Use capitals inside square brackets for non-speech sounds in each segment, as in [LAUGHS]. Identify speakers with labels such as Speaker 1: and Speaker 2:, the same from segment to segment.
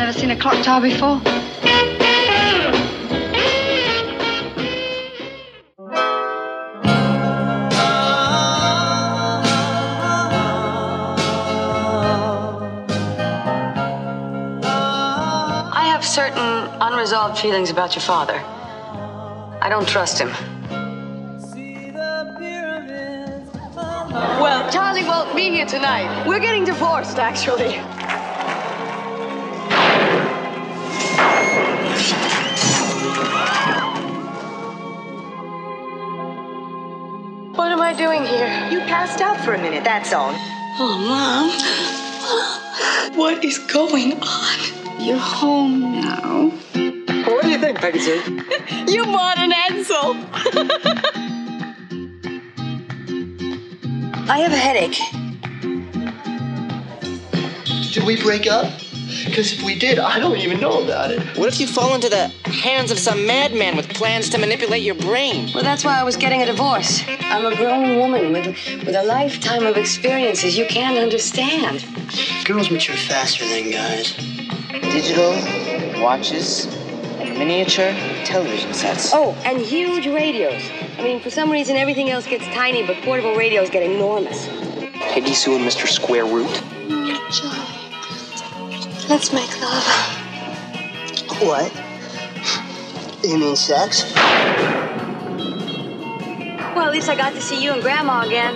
Speaker 1: guitar before? I have certain unresolved feelings about your father. I don't trust him. Well, Charlie won't be here tonight. We're getting divorced, actually. What am I doing here?
Speaker 2: You passed out for a minute, that's all.
Speaker 1: Oh, Mom. What is going on? You're home now.
Speaker 3: What do you think, Pegasus?
Speaker 1: You bought an Edsel.
Speaker 2: I have a headache.
Speaker 4: Did we break up? Because if we did, I don't even know about it.
Speaker 3: What if you fall into the hands of some madman with plans to manipulate your brain?
Speaker 1: Well, that's why I was getting a divorce. I'm a grown woman with, with a lifetime of experiences you can't understand.
Speaker 4: Girls mature faster than guys.
Speaker 3: Digital watches and miniature television sets.
Speaker 1: Oh, and huge radios. I mean, for some reason, everything else gets tiny, but portable radios get enormous.
Speaker 3: Peggy Sue and Mr. Square Root.
Speaker 5: Let's make love.
Speaker 4: What? You mean sex?
Speaker 1: Well, at least I got to see you and Grandma again.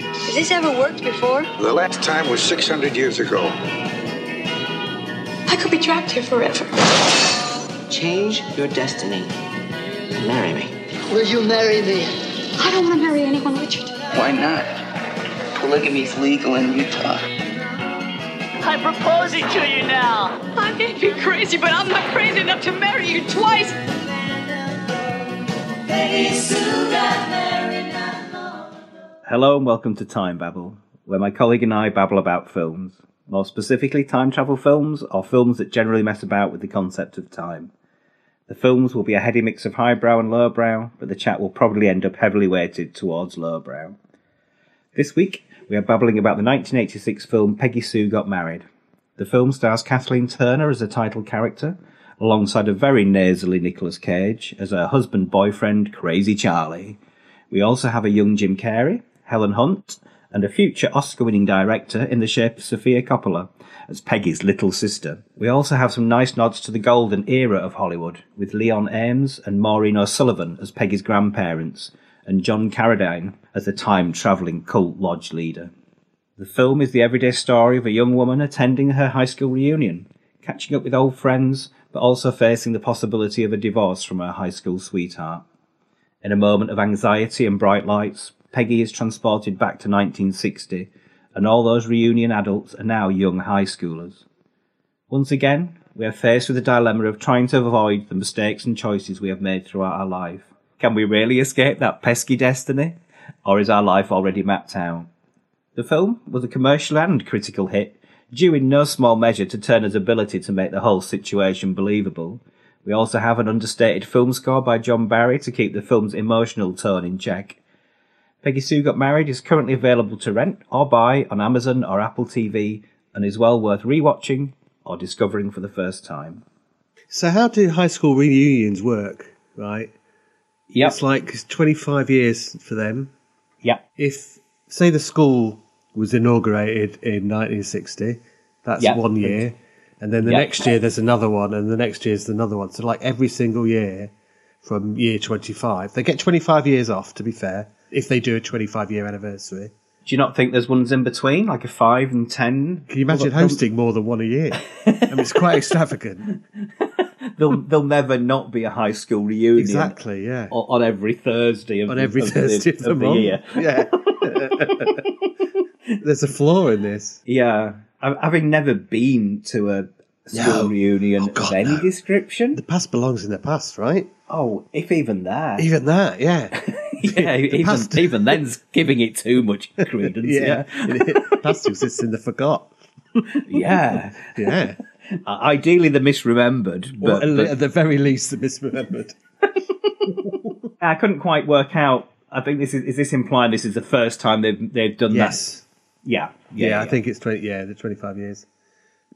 Speaker 1: Has this ever worked before?
Speaker 6: The last time was 600 years ago.
Speaker 5: I could be trapped here forever.
Speaker 3: Change your destiny. Marry me.
Speaker 4: Will you marry me?
Speaker 5: I don't want to marry anyone, Richard.
Speaker 7: Why not? Polygamy's legal in Utah.
Speaker 8: I'm proposing to you now.
Speaker 9: I may be crazy, but I'm not crazy enough to marry you twice.
Speaker 10: Hello and welcome to Time Babble, where my colleague and I babble about films. More specifically, time travel films or films that generally mess about with the concept of time. The films will be a heady mix of highbrow and lowbrow, but the chat will probably end up heavily weighted towards lowbrow. This week, we are babbling about the 1986 film Peggy Sue Got Married. The film stars Kathleen Turner as a title character, alongside a very nasally Nicolas Cage as her husband boyfriend, Crazy Charlie. We also have a young Jim Carrey, Helen Hunt, and a future Oscar winning director in the shape of Sofia Coppola as Peggy's little sister. We also have some nice nods to the golden era of Hollywood, with Leon Ames and Maureen O'Sullivan as Peggy's grandparents, and John Carradine as the time travelling cult lodge leader. The film is the everyday story of a young woman attending her high school reunion, catching up with old friends, but also facing the possibility of a divorce from her high school sweetheart. In a moment of anxiety and bright lights, Peggy is transported back to 1960, and all those reunion adults are now young high schoolers. Once again, we are faced with the dilemma of trying to avoid the mistakes and choices we have made throughout our life. Can we really escape that pesky destiny? Or is our life already mapped out? The film was a commercial and critical hit, due in no small measure to Turner's ability to make the whole situation believable. We also have an understated film score by John Barry to keep the film's emotional tone in check. Peggy Sue Got Married is currently available to rent or buy on Amazon or Apple TV and is well worth rewatching or discovering for the first time.
Speaker 11: So, how do high school reunions work, right?
Speaker 10: Yep.
Speaker 11: It's like 25 years for them.
Speaker 10: Yeah.
Speaker 11: If, say, the school was inaugurated in 1960, that's
Speaker 10: Yep.
Speaker 11: one year. And then the
Speaker 10: Yep.
Speaker 11: next year, there's another one, and the next year's another one. So, like every single year from year 25, they get 25 years off, to be fair, if they do a 25 year anniversary.
Speaker 10: Do you not think there's ones in between, like a 5 and 10?
Speaker 11: Can you imagine hosting more than one a year? I mean, it's quite [LAUGHS] extravagant.
Speaker 10: There'll, there'll never not be a high school reunion.
Speaker 11: Exactly, yeah.
Speaker 10: O- On every Thursday of
Speaker 11: on
Speaker 10: the,
Speaker 11: every
Speaker 10: of the-
Speaker 11: Thursday [LAUGHS] of the,
Speaker 10: of the
Speaker 11: month.
Speaker 10: year.
Speaker 11: [LAUGHS] Yeah. There's a flaw in this.
Speaker 10: Yeah. I- Having never been to a school
Speaker 11: No.
Speaker 10: reunion
Speaker 11: Oh, God,
Speaker 10: of any
Speaker 11: no.
Speaker 10: description.
Speaker 11: The past belongs in the past, right?
Speaker 10: Oh, if even that.
Speaker 11: Even that, yeah.
Speaker 10: [LAUGHS]
Speaker 11: [LAUGHS]
Speaker 10: yeah, even,
Speaker 11: past-
Speaker 10: even then's giving it
Speaker 11: [LAUGHS]
Speaker 10: too much credence. yeah.
Speaker 11: past exists in the forgot.
Speaker 10: Yeah.
Speaker 11: Yeah.
Speaker 10: I Ideally, the misremembered,
Speaker 11: [LAUGHS] Or
Speaker 10: but,
Speaker 11: at, le-
Speaker 10: but
Speaker 11: at the very least, the misremembered.
Speaker 10: I couldn't quite work out. I think this is, is this implying this is the first time they've they've done that? Yeah,
Speaker 11: Yeah, I think it's 20, yeah, the 25 years.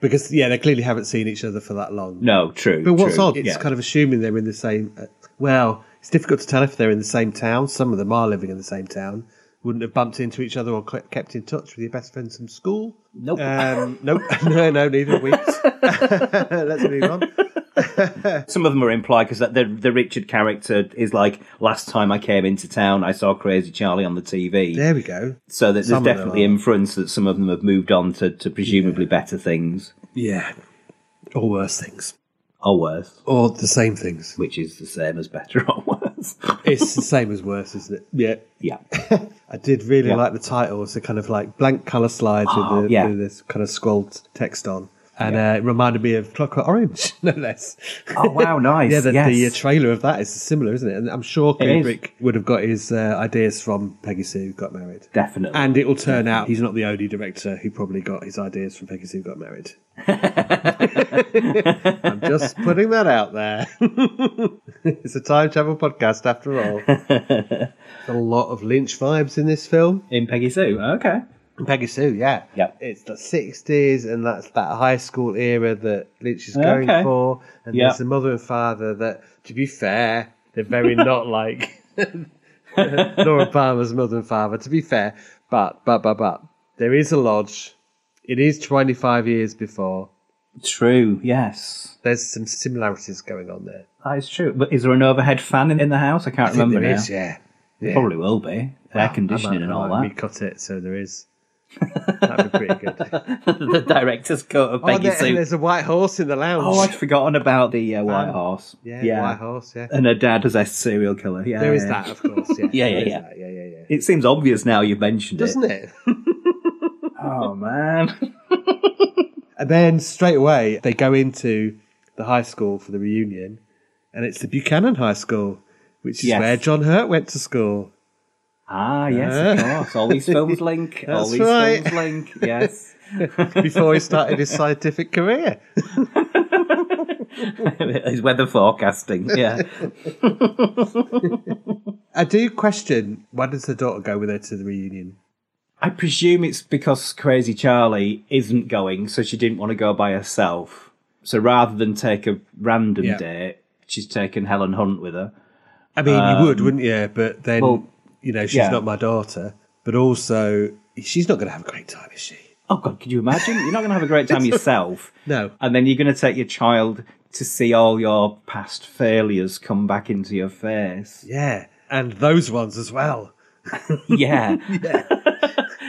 Speaker 11: Because, yeah, they clearly haven't seen each other for that long.
Speaker 10: No, true.
Speaker 11: But what's
Speaker 10: true,
Speaker 11: odd, it's
Speaker 10: yeah.
Speaker 11: kind of assuming they're in the same. Uh, well, it's difficult to tell if they're in the same town. Some of them are living in the same town. Wouldn't have bumped into each other or cl- kept in touch with your best friends from school.
Speaker 10: Nope.
Speaker 11: Um, nope. [LAUGHS] no, no, neither have we. [LAUGHS] Let's move on.
Speaker 10: [LAUGHS] Some of them are implied because the, the Richard character is like, last time I came into town, I saw Crazy Charlie on the TV.
Speaker 11: There we go.
Speaker 10: So that there's
Speaker 11: Some of them
Speaker 10: definitely
Speaker 11: are.
Speaker 10: inference that some of them have moved on to, to presumably better things
Speaker 11: Yeah. Or worse things.
Speaker 10: or worse,
Speaker 11: Or the same things.
Speaker 10: which is the same as better or worse.
Speaker 11: It's the same as worse, isn't it? Yeah.
Speaker 10: yeah.
Speaker 11: I did really
Speaker 10: Yeah.
Speaker 11: like the title. It's a kind of like blank colour slides
Speaker 10: Oh,
Speaker 11: with, the,
Speaker 10: yeah.
Speaker 11: with this kind of scrolled text on. And uh, it reminded me of Clockwork Orange, [LAUGHS] no less.
Speaker 10: Oh, [LAUGHS] wow,
Speaker 11: [LAUGHS]
Speaker 10: nice,
Speaker 11: yeah, the, the uh,
Speaker 10: yes.
Speaker 11: trailer of that is similar, isn't it? And I'm sure
Speaker 10: It is.
Speaker 11: Kubrick would have got his uh, ideas from Peggy Sue Got Married.
Speaker 10: Definitely. [LAUGHS]
Speaker 11: And it will turn out he's not the only director who probably got his ideas from Peggy Sue Got
Speaker 10: [LAUGHS]
Speaker 11: Married. I'm just putting that out there. [LAUGHS] it's a time travel podcast, after
Speaker 10: [LAUGHS]
Speaker 11: all. a lot of Lynch vibes in this film.
Speaker 10: In Peggy Sue. Okay.
Speaker 11: Peggy Sue, yeah.
Speaker 10: Yep.
Speaker 11: It's the 60s, and that's that high school era that Lynch is going
Speaker 10: Okay.
Speaker 11: for. And
Speaker 10: Yep.
Speaker 11: there's the mother and father that, to be fair, they're
Speaker 10: [LAUGHS]
Speaker 11: very not like [LAUGHS] Laura Palmer's mother and father, to be fair. But, but, but, but, there is a lodge. It is 25 years before.
Speaker 10: True. Yes.
Speaker 11: There's some similarities going on there.
Speaker 10: That is true. But is there an overhead fan in, in the house? I can't remember
Speaker 11: there
Speaker 10: now.
Speaker 11: is, yeah. yeah.
Speaker 10: Probably will be. Air conditioning and all
Speaker 11: We
Speaker 10: that.
Speaker 11: cut it, so there
Speaker 10: [LAUGHS]
Speaker 11: is. That would be pretty good.
Speaker 10: the director's cut of
Speaker 11: oh,
Speaker 10: Peggy
Speaker 11: there-
Speaker 10: Sue.
Speaker 11: there's a white horse in the lounge.
Speaker 10: Oh, I'd forgotten about the uh, White
Speaker 11: Um,
Speaker 10: Horse.
Speaker 11: Yeah, White Horse, yeah.
Speaker 10: And her dad possessed serial killer. Yeah,
Speaker 11: There is
Speaker 10: yeah.
Speaker 11: that, of course. Yeah,
Speaker 10: Uh, [LAUGHS] Yeah, yeah,
Speaker 11: There is
Speaker 10: yeah.
Speaker 11: that, yeah, yeah, yeah.
Speaker 10: It seems obvious now you've mentioned
Speaker 11: Doesn't
Speaker 10: it. [LAUGHS]
Speaker 11: it?
Speaker 10: Oh man.
Speaker 11: And then straight away they go into the high school for the reunion, and it's the Buchanan High School, which is
Speaker 10: Yes.
Speaker 11: where John Hurt went to school.
Speaker 10: ah, yes, of
Speaker 11: Ah.
Speaker 10: course. All these films link.
Speaker 11: [LAUGHS]
Speaker 10: all
Speaker 11: That's
Speaker 10: these
Speaker 11: right.
Speaker 10: films link. Yes. [LAUGHS]
Speaker 11: before he started his scientific career.
Speaker 10: His weather forecasting.
Speaker 11: [LAUGHS]
Speaker 10: Yeah.
Speaker 11: I do question why does the daughter go with her to the reunion?
Speaker 10: I presume it's because Crazy Charlie isn't going, so she didn't want to go by herself. So rather than take a random
Speaker 11: Yeah.
Speaker 10: date, she's taken Helen Hunt with her.
Speaker 11: I mean, you would, wouldn't you? But then
Speaker 10: Um, well,
Speaker 11: you know she's
Speaker 10: yeah.
Speaker 11: not my daughter, but also she's not going to have a great time, is she?
Speaker 10: Oh God, could you imagine? You're not going to have a great time
Speaker 11: [LAUGHS]
Speaker 10: yourself.
Speaker 11: No.
Speaker 10: And then you're going to take your child to see all your past failures come back into your face.
Speaker 11: Yeah, and those ones as well. [LAUGHS]
Speaker 10: Yeah. [LAUGHS]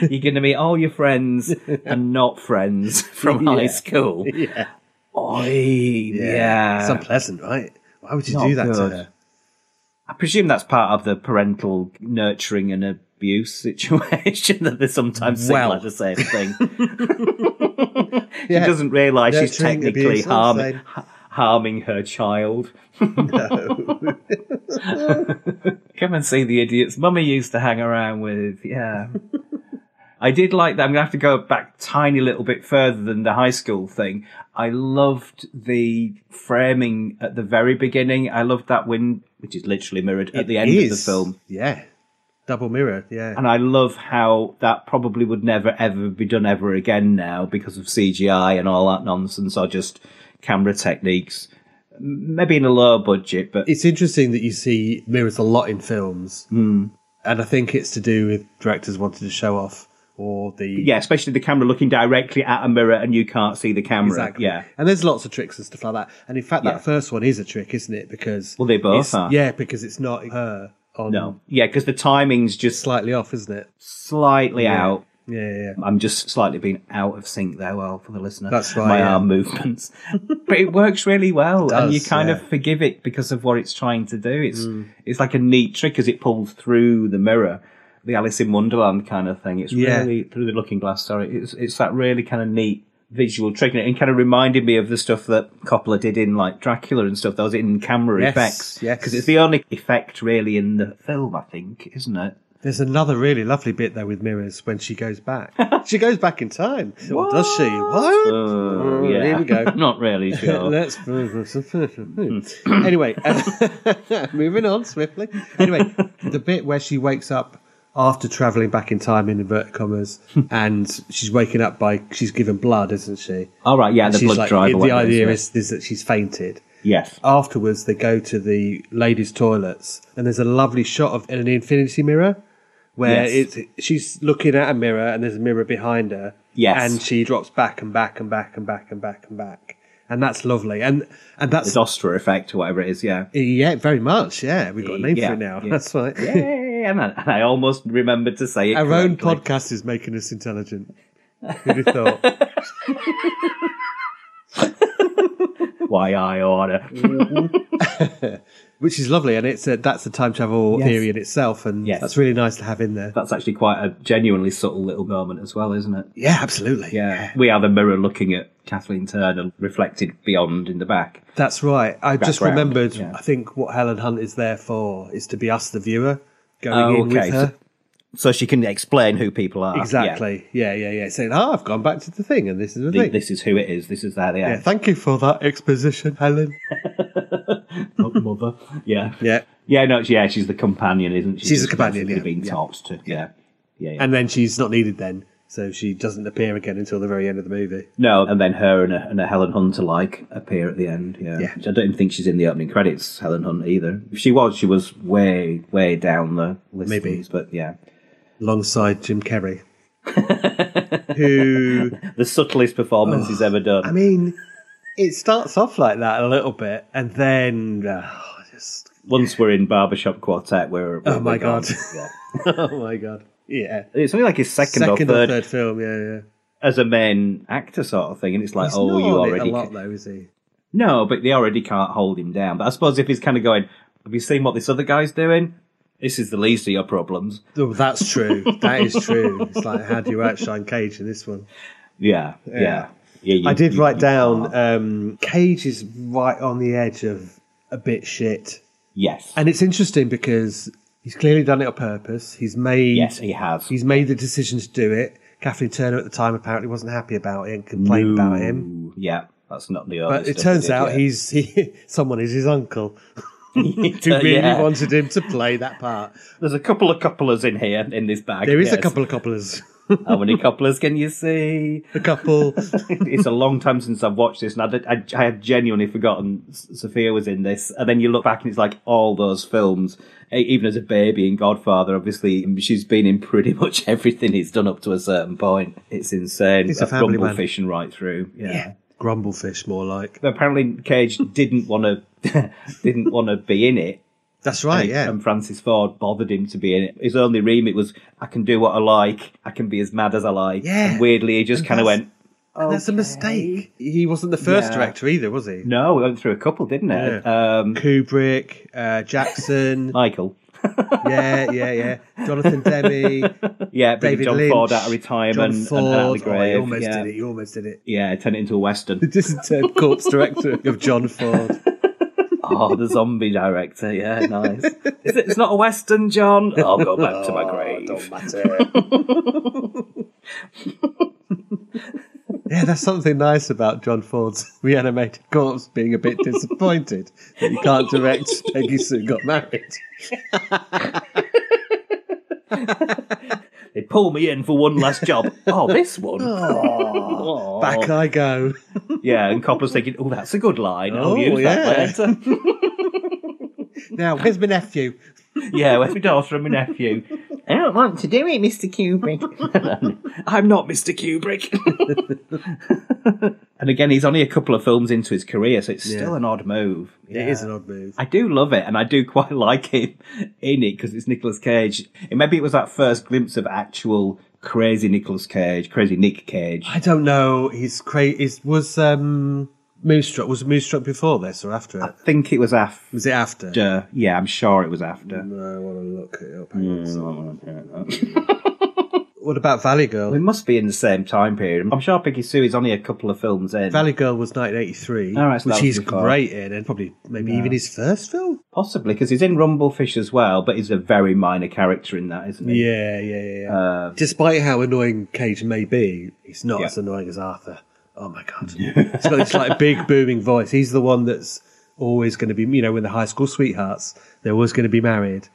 Speaker 10: you're going to meet all "Oh, your friends and not friends [LAUGHS] from high
Speaker 11: Yeah.
Speaker 10: school.
Speaker 11: Yeah.
Speaker 10: Oi, yeah.
Speaker 11: It's unpleasant, right? Why would you
Speaker 10: Not
Speaker 11: do that to
Speaker 10: good.
Speaker 11: her?
Speaker 10: I presume that's part of the parental nurturing and abuse situation [LAUGHS] that they sometimes say
Speaker 11: Well.
Speaker 10: like the same
Speaker 11: [LAUGHS]
Speaker 10: thing. [LAUGHS]
Speaker 11: Yeah.
Speaker 10: She doesn't realise she's
Speaker 11: Nurturing,
Speaker 10: technically
Speaker 11: abuse, all
Speaker 10: harm,
Speaker 11: the same.
Speaker 10: ha- harming her child. Come and see the idiots mummy used to hang around with. Yeah. I did like that. I'm going to have to go back tiny little bit further than the high school thing. I loved the framing at the very beginning. I loved that wind, which is literally mirrored at the end of the
Speaker 11: Is.
Speaker 10: film.
Speaker 11: Yeah. Double mirror, yeah.
Speaker 10: And I love how that probably would never ever be done ever again now because of CGI and all that nonsense or just camera techniques. M- Maybe in a lower budget, but
Speaker 11: it's interesting that you see mirrors a lot in films. Mm.
Speaker 10: Hmm.
Speaker 11: And I think it's to do with directors wanting to show off or the.
Speaker 10: yeah, especially the camera looking directly at a mirror and you can't see the camera.
Speaker 11: Exactly.
Speaker 10: Yeah.
Speaker 11: And there's lots of tricks and stuff like that. And in fact, that
Speaker 10: Yeah.
Speaker 11: first one is a trick, isn't it? Because.
Speaker 10: Well, they both
Speaker 11: it's-
Speaker 10: are.
Speaker 11: Yeah, because it's not her on.
Speaker 10: No. Yeah, because the timing's just
Speaker 11: Slightly off, isn't it?
Speaker 10: slightly out.
Speaker 11: Yeah, yeah, yeah.
Speaker 10: I'm just slightly being out of sync there, well, for the listener.
Speaker 11: That's right,
Speaker 10: My
Speaker 11: yeah.
Speaker 10: arm movements. but it works really well.
Speaker 11: It
Speaker 10: and you
Speaker 11: does,
Speaker 10: kind
Speaker 11: yeah. Hmm.
Speaker 10: of forgive it because of what it's trying to do. It's it's like a neat trick as it pulls through the mirror, the Alice in Wonderland kind of thing. It's
Speaker 11: Yeah.
Speaker 10: really through the looking glass, sorry. It's it's that really kind of neat visual trick and it kind of reminded me of the stuff that Coppola did in like Dracula and stuff, those in camera
Speaker 11: Yes,
Speaker 10: effects.
Speaker 11: yes.
Speaker 10: Because it's the only effect really in the film, I think, isn't it?
Speaker 11: There's another really lovely bit though with mirrors when she goes
Speaker 10: [LAUGHS]
Speaker 11: back. she goes back in time. Or does she? What?
Speaker 10: Oh,
Speaker 11: Oh,
Speaker 10: yeah.
Speaker 11: Here we go.
Speaker 10: [LAUGHS]
Speaker 11: [LAUGHS]
Speaker 10: Not really sure.
Speaker 11: Let's Hmm. [LAUGHS] anyway, uh, moving on swiftly. Anyway, the bit where she wakes up after traveling back in time in inverted commas, [LAUGHS] and she's waking up by she's given blood, isn't she?
Speaker 10: All right, yeah, the
Speaker 11: she's
Speaker 10: blood
Speaker 11: like,
Speaker 10: drive. or
Speaker 11: the
Speaker 10: whatever,
Speaker 11: idea
Speaker 10: isn't it?
Speaker 11: is, is that she's fainted.
Speaker 10: yes,
Speaker 11: Afterwards, they go to the ladies' toilets, and there's a lovely shot of an infinity mirror where
Speaker 10: Yes.
Speaker 11: it's she's looking at a mirror, and there's a mirror behind her.
Speaker 10: Yes.
Speaker 11: and she drops back and back and back and back and back and back, and that's lovely. And and that's
Speaker 10: the Dostra effect or whatever it
Speaker 11: [LAUGHS]
Speaker 10: is. Yeah,
Speaker 11: yeah, very much. Yeah, we've got a name
Speaker 10: Yeah,
Speaker 11: for it now. [LAUGHS]
Speaker 10: yeah.
Speaker 11: That's right.
Speaker 10: Yay! And I, and I almost remembered to say it.
Speaker 11: Our own
Speaker 10: correctly.
Speaker 11: podcast is making us intelligent. Who'd have
Speaker 10: [LAUGHS]
Speaker 11: thought?
Speaker 10: [LAUGHS] Why I order?
Speaker 11: Mm. Which is lovely, and it's a, that's a time travel
Speaker 10: Yes.
Speaker 11: theory in itself, and
Speaker 10: Yes.
Speaker 11: that's really nice to have in there.
Speaker 10: That's actually quite a genuinely subtle little moment as well, isn't it?
Speaker 11: Yeah, absolutely.
Speaker 10: Yeah, we are the mirror looking at Kathleen Turner, reflected beyond in the back.
Speaker 11: That's right. I just
Speaker 10: Background,
Speaker 11: remembered.
Speaker 10: yeah.
Speaker 11: I think what Helen Hunt is there for is to be us, the viewer, going
Speaker 10: Oh,
Speaker 11: in
Speaker 10: okay.
Speaker 11: with her.
Speaker 10: So she can explain who people are. Yeah.
Speaker 11: Exactly. Yeah. yeah, yeah, Saying, "Ah, I've gone back to the thing, and this is the,
Speaker 10: The-
Speaker 11: thing."
Speaker 10: this is who it is. This is how they
Speaker 11: yeah.
Speaker 10: are.
Speaker 11: Thank you for that exposition, Helen.
Speaker 10: Oh, mother. Yeah.
Speaker 11: yeah.
Speaker 10: Yeah, no, she- yeah, she's the companion, isn't she?
Speaker 11: She's the
Speaker 10: Just
Speaker 11: companion,
Speaker 10: basically
Speaker 11: yeah,
Speaker 10: Being
Speaker 11: yeah.
Speaker 10: talked to. Yeah. Yeah. yeah.
Speaker 11: And then she's not needed then, so she doesn't appear again until the very end of the movie.
Speaker 10: no, and then her and a, and a Helen Hunt alike appear at the end. Yeah.
Speaker 11: Yeah.
Speaker 10: Which I don't even think she's in the opening credits, Helen Hunt, either. If she was, she was way, way down the list.
Speaker 11: Maybe.
Speaker 10: But yeah.
Speaker 11: alongside Jim
Speaker 10: [LAUGHS]
Speaker 11: Carrey, who
Speaker 10: The subtlest performance he's ever done.
Speaker 11: I mean, it starts off like that a little bit, and then oh, [SIGHS] just [LAUGHS]
Speaker 10: Once we're in Barbershop Quartet, we're.
Speaker 11: Oh
Speaker 10: we're
Speaker 11: my
Speaker 10: gone.
Speaker 11: God.
Speaker 10: Yeah.
Speaker 11: oh my god, yeah,
Speaker 10: It's only like his second,
Speaker 11: second
Speaker 10: or, third
Speaker 11: film, yeah, yeah.
Speaker 10: as a main actor sort of thing, and it's like,
Speaker 11: He's
Speaker 10: oh,
Speaker 11: not
Speaker 10: you
Speaker 11: on it
Speaker 10: already
Speaker 11: a lot
Speaker 10: ca-
Speaker 11: though, is he?
Speaker 10: no, but they already can't hold him down. But I suppose if he's kind of going, have you seen what this other guy's doing? This is the least of your problems.
Speaker 11: Oh, that's true. That is true. It's like how do you outshine Cage in this one?
Speaker 10: Yeah, yeah, yeah. you-
Speaker 11: I did
Speaker 10: you-
Speaker 11: write
Speaker 10: you
Speaker 11: down
Speaker 10: can't.
Speaker 11: um, Cage is right on the edge of a bit shit,
Speaker 10: yes,
Speaker 11: and it's interesting because he's clearly done it on purpose. He's made
Speaker 10: yes, he has.
Speaker 11: He's made the decision to do it. Kathleen Turner at the time apparently wasn't happy about it and complained about him.
Speaker 10: Ooh, Yeah, that's not the.
Speaker 11: But
Speaker 10: honest
Speaker 11: it
Speaker 10: stuff,
Speaker 11: turns
Speaker 10: is
Speaker 11: out
Speaker 10: yeah.
Speaker 11: he's he, [LAUGHS] someone is his uncle
Speaker 10: [LAUGHS]
Speaker 11: who really
Speaker 10: Uh, Yeah.
Speaker 11: wanted him to play that part.
Speaker 10: There's a couple of couplers in here in this bag.
Speaker 11: There is
Speaker 10: yes.
Speaker 11: a couple of couplers.
Speaker 10: [LAUGHS] How many couplers can
Speaker 11: [LAUGHS]
Speaker 10: you see?
Speaker 11: a couple.
Speaker 10: it's a long time since I've watched this, and I, did, I, I had genuinely forgotten S- Sophia was in this. And then you look back, and it's like all those films, e- even as a baby in Godfather, obviously she's been in pretty much [LAUGHS] everything he's done up to a certain point. It's insane.
Speaker 11: He's a
Speaker 10: That's
Speaker 11: family
Speaker 10: Rumble
Speaker 11: man.
Speaker 10: fishing right through. [LAUGHS] Yeah.
Speaker 11: Grumblefish, more like.
Speaker 10: But
Speaker 11: [LAUGHS]
Speaker 10: apparently, Cage didn't want to [LAUGHS] didn't want to be in it.
Speaker 11: That's right, Oh, yeah.
Speaker 10: And Francis Ford bothered him to be in it. His only remit was, "I can do what I like. I can be as mad as I like."
Speaker 11: Yeah.
Speaker 10: And weirdly, he just
Speaker 11: And
Speaker 10: kind of
Speaker 11: that's-
Speaker 10: went.
Speaker 11: And that's a mistake. He wasn't the first
Speaker 10: Yeah.
Speaker 11: director either, was he?
Speaker 10: No, we went through a couple, didn't it? Um,
Speaker 11: Kubrick, uh,
Speaker 10: [LAUGHS]
Speaker 11: Jackson,
Speaker 10: Michael.
Speaker 11: yeah, yeah, yeah. Jonathan
Speaker 10: [LAUGHS]
Speaker 11: Demme,
Speaker 10: Yeah, bringing
Speaker 11: David
Speaker 10: John
Speaker 11: Lynch,
Speaker 10: Ford out of retirement
Speaker 11: John
Speaker 10: and-
Speaker 11: Ford.
Speaker 10: and out of
Speaker 11: Oh,
Speaker 10: the grave.
Speaker 11: you almost
Speaker 10: yeah.
Speaker 11: did it. You almost did it.
Speaker 10: Yeah, turn it into
Speaker 11: [LAUGHS]
Speaker 10: a western.
Speaker 11: Disinterred corpse director of John Ford.
Speaker 10: oh, the zombie director. Yeah, nice. Is it- it's not a
Speaker 11: [LAUGHS]
Speaker 10: western, John. I'll go back to
Speaker 11: Oh,
Speaker 10: my grave.
Speaker 11: Yeah, there's something nice about John Ford's [LAUGHS] reanimated corpse being a bit
Speaker 10: [LAUGHS]
Speaker 11: disappointed that he can't direct Peggy Sue Got Married.
Speaker 10: They pull me in for one
Speaker 11: [LAUGHS]
Speaker 10: last job. Oh, this one. [LAUGHS] Oh.
Speaker 11: Back I go.
Speaker 10: Yeah, and Copper's thinking, oh, that's a good line. I'll
Speaker 11: Oh,
Speaker 10: use that
Speaker 11: yeah.
Speaker 10: later.
Speaker 11: Now, where's my nephew?
Speaker 10: [LAUGHS] Yeah, where's my daughter and my nephew? I don't want to do it, Mr. Kubrick. [LAUGHS] I'm not Mr. Kubrick. [LAUGHS] and again, he's only a couple of films into his career, so it's still
Speaker 11: Yeah.
Speaker 10: an odd move. Yeah.
Speaker 11: It is an odd move.
Speaker 10: I do love it, and I do quite [LAUGHS] like him in it because it's Nicolas Cage. And maybe it was that first glimpse of actual crazy Nicolas Cage, crazy Nick Cage.
Speaker 11: I don't know. He's crazy. Is was um, Moonstruck? Was Moonstruck before this or after
Speaker 10: I
Speaker 11: it?
Speaker 10: think it was after.
Speaker 11: Was it after?
Speaker 10: Yeah, I'm sure it was after.
Speaker 11: No, I want to look it up. Hang on a
Speaker 10: [LAUGHS] Hmm.
Speaker 11: second. [LAUGHS] What about Valley
Speaker 10: It
Speaker 11: Girl?
Speaker 10: must be in the same time period. I'm sure Piggy Sue is only a couple of films in.
Speaker 11: Valley Girl was 1983,
Speaker 10: All right, so
Speaker 11: which
Speaker 10: that was
Speaker 11: he's
Speaker 10: before.
Speaker 11: great in, and probably maybe even his first film.
Speaker 10: Possibly, because he's in Rumblefish as well, but he's a very minor character in that, isn't he?
Speaker 11: Yeah, yeah, yeah. yeah. Despite how annoying Cage may be, he's not
Speaker 10: Uh, Yeah.
Speaker 11: as annoying as Arthur. Oh my god, he's got this like big booming voice. He's the one that's always going to be, you know, when the high school sweethearts, they're always going to be married,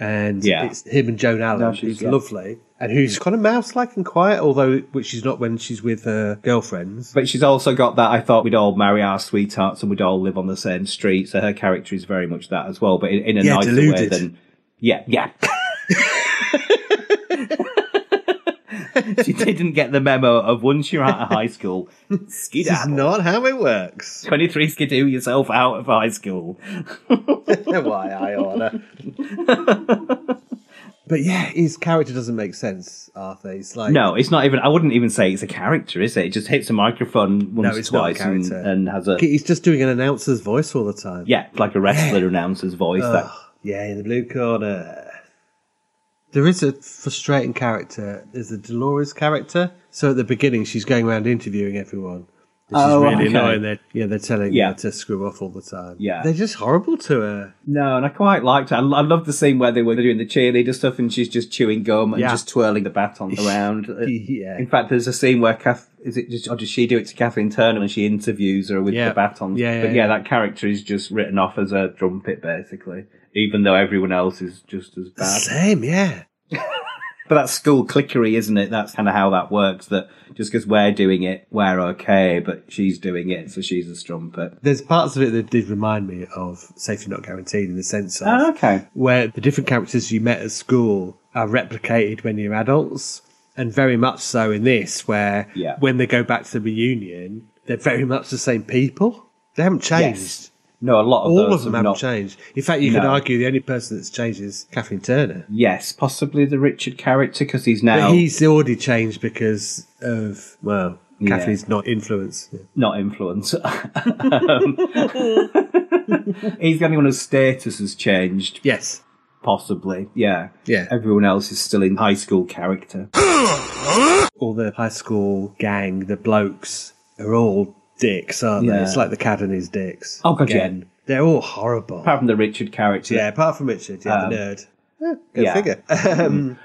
Speaker 11: and
Speaker 10: Yeah.
Speaker 11: it's him and Joan Allen,
Speaker 10: No, she's
Speaker 11: who's
Speaker 10: lovely.
Speaker 11: lovely, and who's kind of mouse-like and quiet, although which she's not when she's with her girlfriends.
Speaker 10: But she's also got that I thought we'd all marry our sweethearts and we'd all live on the same street. So her character is very much that as well, but in, in a
Speaker 11: Yeah,
Speaker 10: nicer way
Speaker 11: deluded.
Speaker 10: than. Yeah,
Speaker 11: [LAUGHS]
Speaker 10: yeah. she didn't get the memo of once you're out of
Speaker 11: [LAUGHS]
Speaker 10: high school,
Speaker 11: That's
Speaker 10: skidoo.
Speaker 11: not how it
Speaker 10: [LAUGHS]
Speaker 11: works.
Speaker 10: 23 skidoo yourself out of high school.
Speaker 11: Why I order. [LAUGHS] but yeah, his character doesn't make sense, Arthur. It's like
Speaker 10: No, it's not even. I wouldn't even say it's a character, is it? It just hits a microphone once
Speaker 11: No, it's not a
Speaker 10: twice and,
Speaker 11: character.
Speaker 10: and has a
Speaker 11: he's just doing an announcer's voice all the time.
Speaker 10: yeah, like a wrestler announcer's voice. that
Speaker 11: Yeah, in the blue corner. There is a frustrating character. There's a Dolores character. So at the beginning, she's going around interviewing everyone. Which
Speaker 10: Oh,
Speaker 11: is really
Speaker 10: okay.
Speaker 11: annoying. They're, yeah, they're telling
Speaker 10: Yeah.
Speaker 11: her to screw off all the time.
Speaker 10: Yeah.
Speaker 11: They're just horrible to her.
Speaker 10: no, and I quite liked it. I, I loved the scene where they were doing the cheerleader stuff and she's just chewing gum and
Speaker 11: Yeah.
Speaker 10: just twirling the baton around.
Speaker 11: [LAUGHS] Yeah.
Speaker 10: In fact, there's a scene where Kath is it just or does she do it to Kathleen Turner when she interviews her with
Speaker 11: Yeah.
Speaker 10: the baton?
Speaker 11: Yeah, yeah,
Speaker 10: but yeah,
Speaker 11: yeah.
Speaker 10: that character is just written off as a drumpet basically, even though everyone else is just as
Speaker 11: [LAUGHS]
Speaker 10: bad.
Speaker 11: Same, yeah.
Speaker 10: But that's school clickery, isn't it? That's kind of how that works. That just because we're doing it, we're okay, but she's doing it, so she's a strumpet.
Speaker 11: There's parts of it that did remind me of Safety Not Guaranteed in the sense of
Speaker 10: Ah, okay.
Speaker 11: where the different characters you met at school are replicated when you're adults, and very much so in this, where
Speaker 10: Yeah.
Speaker 11: when they go back to the reunion, they're very much the same people. They haven't changed.
Speaker 10: Yes. No, a lot of
Speaker 11: All
Speaker 10: those
Speaker 11: of them
Speaker 10: have
Speaker 11: haven't
Speaker 10: not.
Speaker 11: changed. In fact, you could
Speaker 10: No.
Speaker 11: argue the only person that's changed is Kathleen Turner.
Speaker 10: Yes, possibly the Richard character because he's now
Speaker 11: But he's already changed because of, well,
Speaker 10: Yeah.
Speaker 11: Kathleen's not influence.
Speaker 10: not influence. Um, [LAUGHS] he's the only one whose status has changed.
Speaker 11: Yes.
Speaker 10: Possibly, yeah.
Speaker 11: Yeah.
Speaker 10: Everyone else is still in high school character.
Speaker 11: all the high school gang, the blokes, are all dicks, aren't they?
Speaker 10: Yeah.
Speaker 11: It's like the cat and his dicks.
Speaker 10: Oh, God, yeah.
Speaker 11: They're all horrible.
Speaker 10: Apart from the Richard character,
Speaker 11: yeah, apart from Richard, yeah, the nerd. Yeah, Go
Speaker 10: Um, yeah. [LAUGHS]
Speaker 11: figure. [LAUGHS] Um,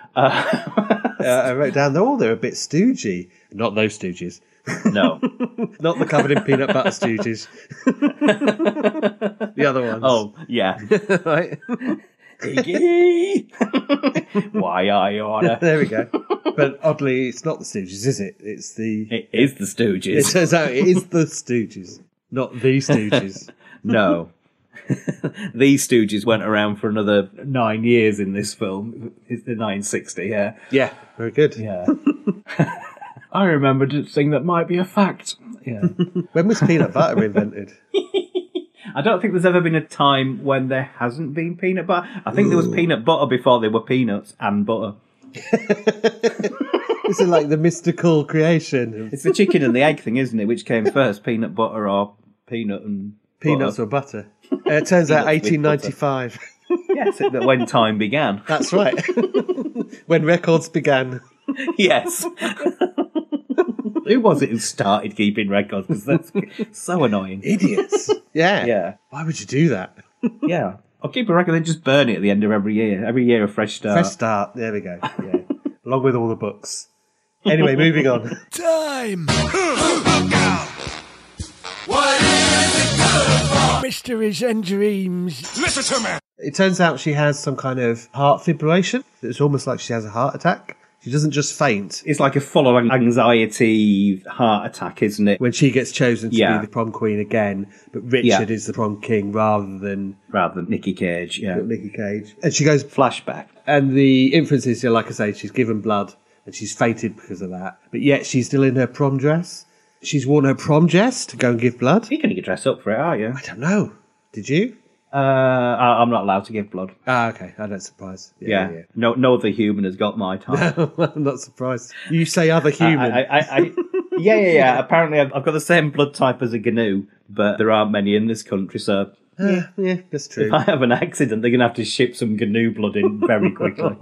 Speaker 11: uh, I wrote down, they're all they're a bit stoogy. Not those stooges.
Speaker 10: no.
Speaker 11: Not the covered in peanut butter stooges. [LAUGHS] the other ones.
Speaker 10: [LAUGHS] Oh, yeah.
Speaker 11: [LAUGHS] right.
Speaker 10: [LAUGHS] Why are you on a-
Speaker 11: There we go. But oddly, it's not the stooges, is it? It's the.
Speaker 10: It is the
Speaker 11: It
Speaker 10: Stooges.
Speaker 11: turns out it is the stooges, not the stooges.
Speaker 10: no. These Stooges went around for another nine years in this film. It's the 960, [LAUGHS] yeah.
Speaker 11: Yeah, very good.
Speaker 10: Yeah. [LAUGHS] I remembered a thing that might be a fact.
Speaker 11: [LAUGHS]
Speaker 10: Yeah.
Speaker 11: When was peanut butter [LAUGHS] invented?
Speaker 10: I don't think there's ever been a time when there hasn't been peanut butter. I think there was peanut butter before there were peanuts and butter.
Speaker 11: Is it like the mystical creation of
Speaker 10: It's the chicken and the egg thing, isn't it? Which [LAUGHS] came first, peanut butter or peanut and
Speaker 11: peanuts or butter? Uh, it turns out
Speaker 10: Peanuts
Speaker 11: [LAUGHS]
Speaker 10: with
Speaker 11: 1895.
Speaker 10: Yes, it- when time began.
Speaker 11: That's right. [LAUGHS] when records began.
Speaker 10: Yes. [LAUGHS] who was it who started keeping records? Because that's so annoying.
Speaker 11: Idiots. Yeah.
Speaker 10: Yeah.
Speaker 11: Why would you do that?
Speaker 10: Yeah. I'll keep a record and just burn it at the end of every year. Every year, a fresh start.
Speaker 11: Fresh start. There we go. Yeah. Along with all the books. Anyway, moving on.
Speaker 12: [LAUGHS] Time! Mysteries and dreams. Listen to me!
Speaker 11: It turns out she has some kind of heart fibrillation. It's almost like she has a heart attack. She doesn't just faint.
Speaker 10: It's like a full on anxiety heart attack, isn't it?
Speaker 11: When she gets chosen to
Speaker 10: Yeah.
Speaker 11: be the prom queen again, but Richard is the prom king rather than
Speaker 10: Rather than Nicky Cage. Yeah.
Speaker 11: Nicky Cage. And she goes
Speaker 10: Flashback.
Speaker 11: And the inference is, yeah, like I say, she's given blood and she's fainted because of that. But yet she's still in her prom dress. She's worn her prom dress to go and give blood.
Speaker 10: You're going to dress up for it, are you?
Speaker 11: I don't know. Did you?
Speaker 10: Uh, I- I'm not allowed to give blood.
Speaker 11: Ah, okay. I don't surprise.
Speaker 10: Yeah. No, no other human has got my time. [LAUGHS]
Speaker 11: yeah. [LAUGHS] I'm not surprised. You say other human.
Speaker 10: I, I, I, yeah, yeah, yeah. Apparently, I've, I've got the same blood type as a GNU, but there aren't many in this country, so
Speaker 11: yeah. Ah, yeah, that's true.
Speaker 10: if I have an accident, they're going to have to ship some GNU blood in very quickly.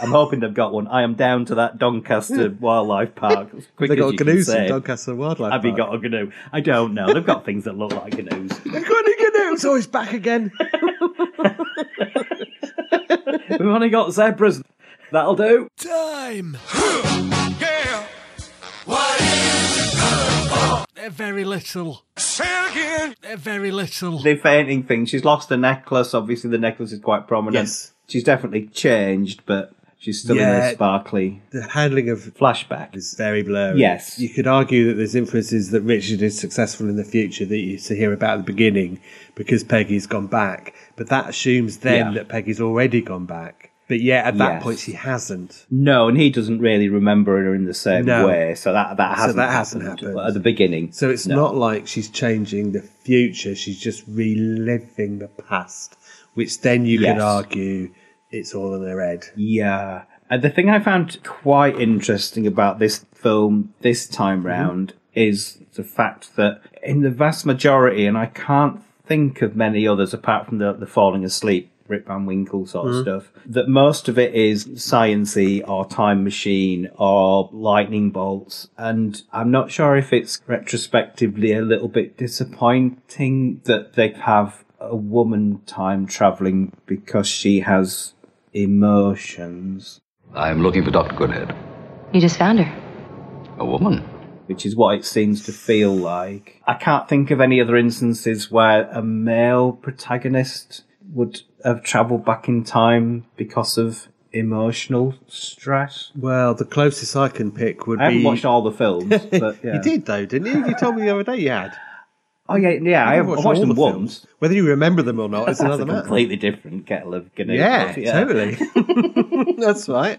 Speaker 10: I'm hoping they've got one. I am down to that Doncaster [LAUGHS] Wildlife Park. As quick
Speaker 11: They
Speaker 10: as
Speaker 11: got
Speaker 10: you can
Speaker 11: canoes
Speaker 10: say
Speaker 11: in
Speaker 10: it.
Speaker 11: Doncaster Wildlife.
Speaker 10: Have you
Speaker 11: Park.
Speaker 10: got a GNU? I don't know. They've got things that look like GNUs.
Speaker 11: They've got any canoes? Oh, he's back again.
Speaker 10: We've only got zebras. That'll do.
Speaker 12: Time! yeah! What is it Uh, very little. Say again. Uh, very little.
Speaker 10: The fainting thing. She's lost a necklace. Obviously, the necklace is quite prominent.
Speaker 11: Yes.
Speaker 10: She's definitely changed, but she's still in
Speaker 11: Yeah.
Speaker 10: a sparkly
Speaker 11: The handling of
Speaker 10: flashback.
Speaker 11: is very blurry.
Speaker 10: Yes.
Speaker 11: You could argue that there's influences that Richard is successful in the future that you used to hear about at the beginning because Peggy's gone back. But that assumes then
Speaker 10: Yeah.
Speaker 11: that Peggy's already gone back. But yet at that
Speaker 10: Yes.
Speaker 11: point she hasn't.
Speaker 10: No, and he doesn't really remember her in the same
Speaker 11: No.
Speaker 10: way. So that that
Speaker 11: So
Speaker 10: hasn't,
Speaker 11: that hasn't
Speaker 10: happened,
Speaker 11: happened.
Speaker 10: at the beginning.
Speaker 11: So it's
Speaker 10: No.
Speaker 11: not like she's changing the future, she's just reliving the past, which then you could
Speaker 10: Yes.
Speaker 11: argue it's all in her head.
Speaker 10: Yeah. And the thing I found quite interesting about this film this time round is the fact that in the vast majority, and I can't think of many others apart from the, the falling asleep, Rip Van Winkle sort of stuff, that most of it is sciency or time machine or lightning bolts. And I'm not sure if it's retrospectively a little bit disappointing that they have a woman time traveling because she has emotions,
Speaker 13: I'm looking for Dr. Goodhead.
Speaker 14: You just found her.
Speaker 13: A woman?
Speaker 10: which is what it seems to feel like. I can't think of any other instances where a male protagonist would have travelled back in time because of emotional stress.
Speaker 11: Well, the closest I can pick would
Speaker 10: I haven't
Speaker 11: be
Speaker 10: watched all the films, but
Speaker 11: [LAUGHS]
Speaker 10: yeah.
Speaker 11: You did though, didn't you? You told me the other day you had.
Speaker 10: Oh yeah, yeah. I
Speaker 11: You've
Speaker 10: have watched, watched
Speaker 11: all
Speaker 10: them
Speaker 11: the
Speaker 10: once.
Speaker 11: films. Whether you remember them or not is
Speaker 10: That's
Speaker 11: another
Speaker 10: a
Speaker 11: matter.
Speaker 10: completely different kettle of canoe.
Speaker 11: Yeah, totally.
Speaker 10: [LAUGHS]
Speaker 11: [LAUGHS] that's right.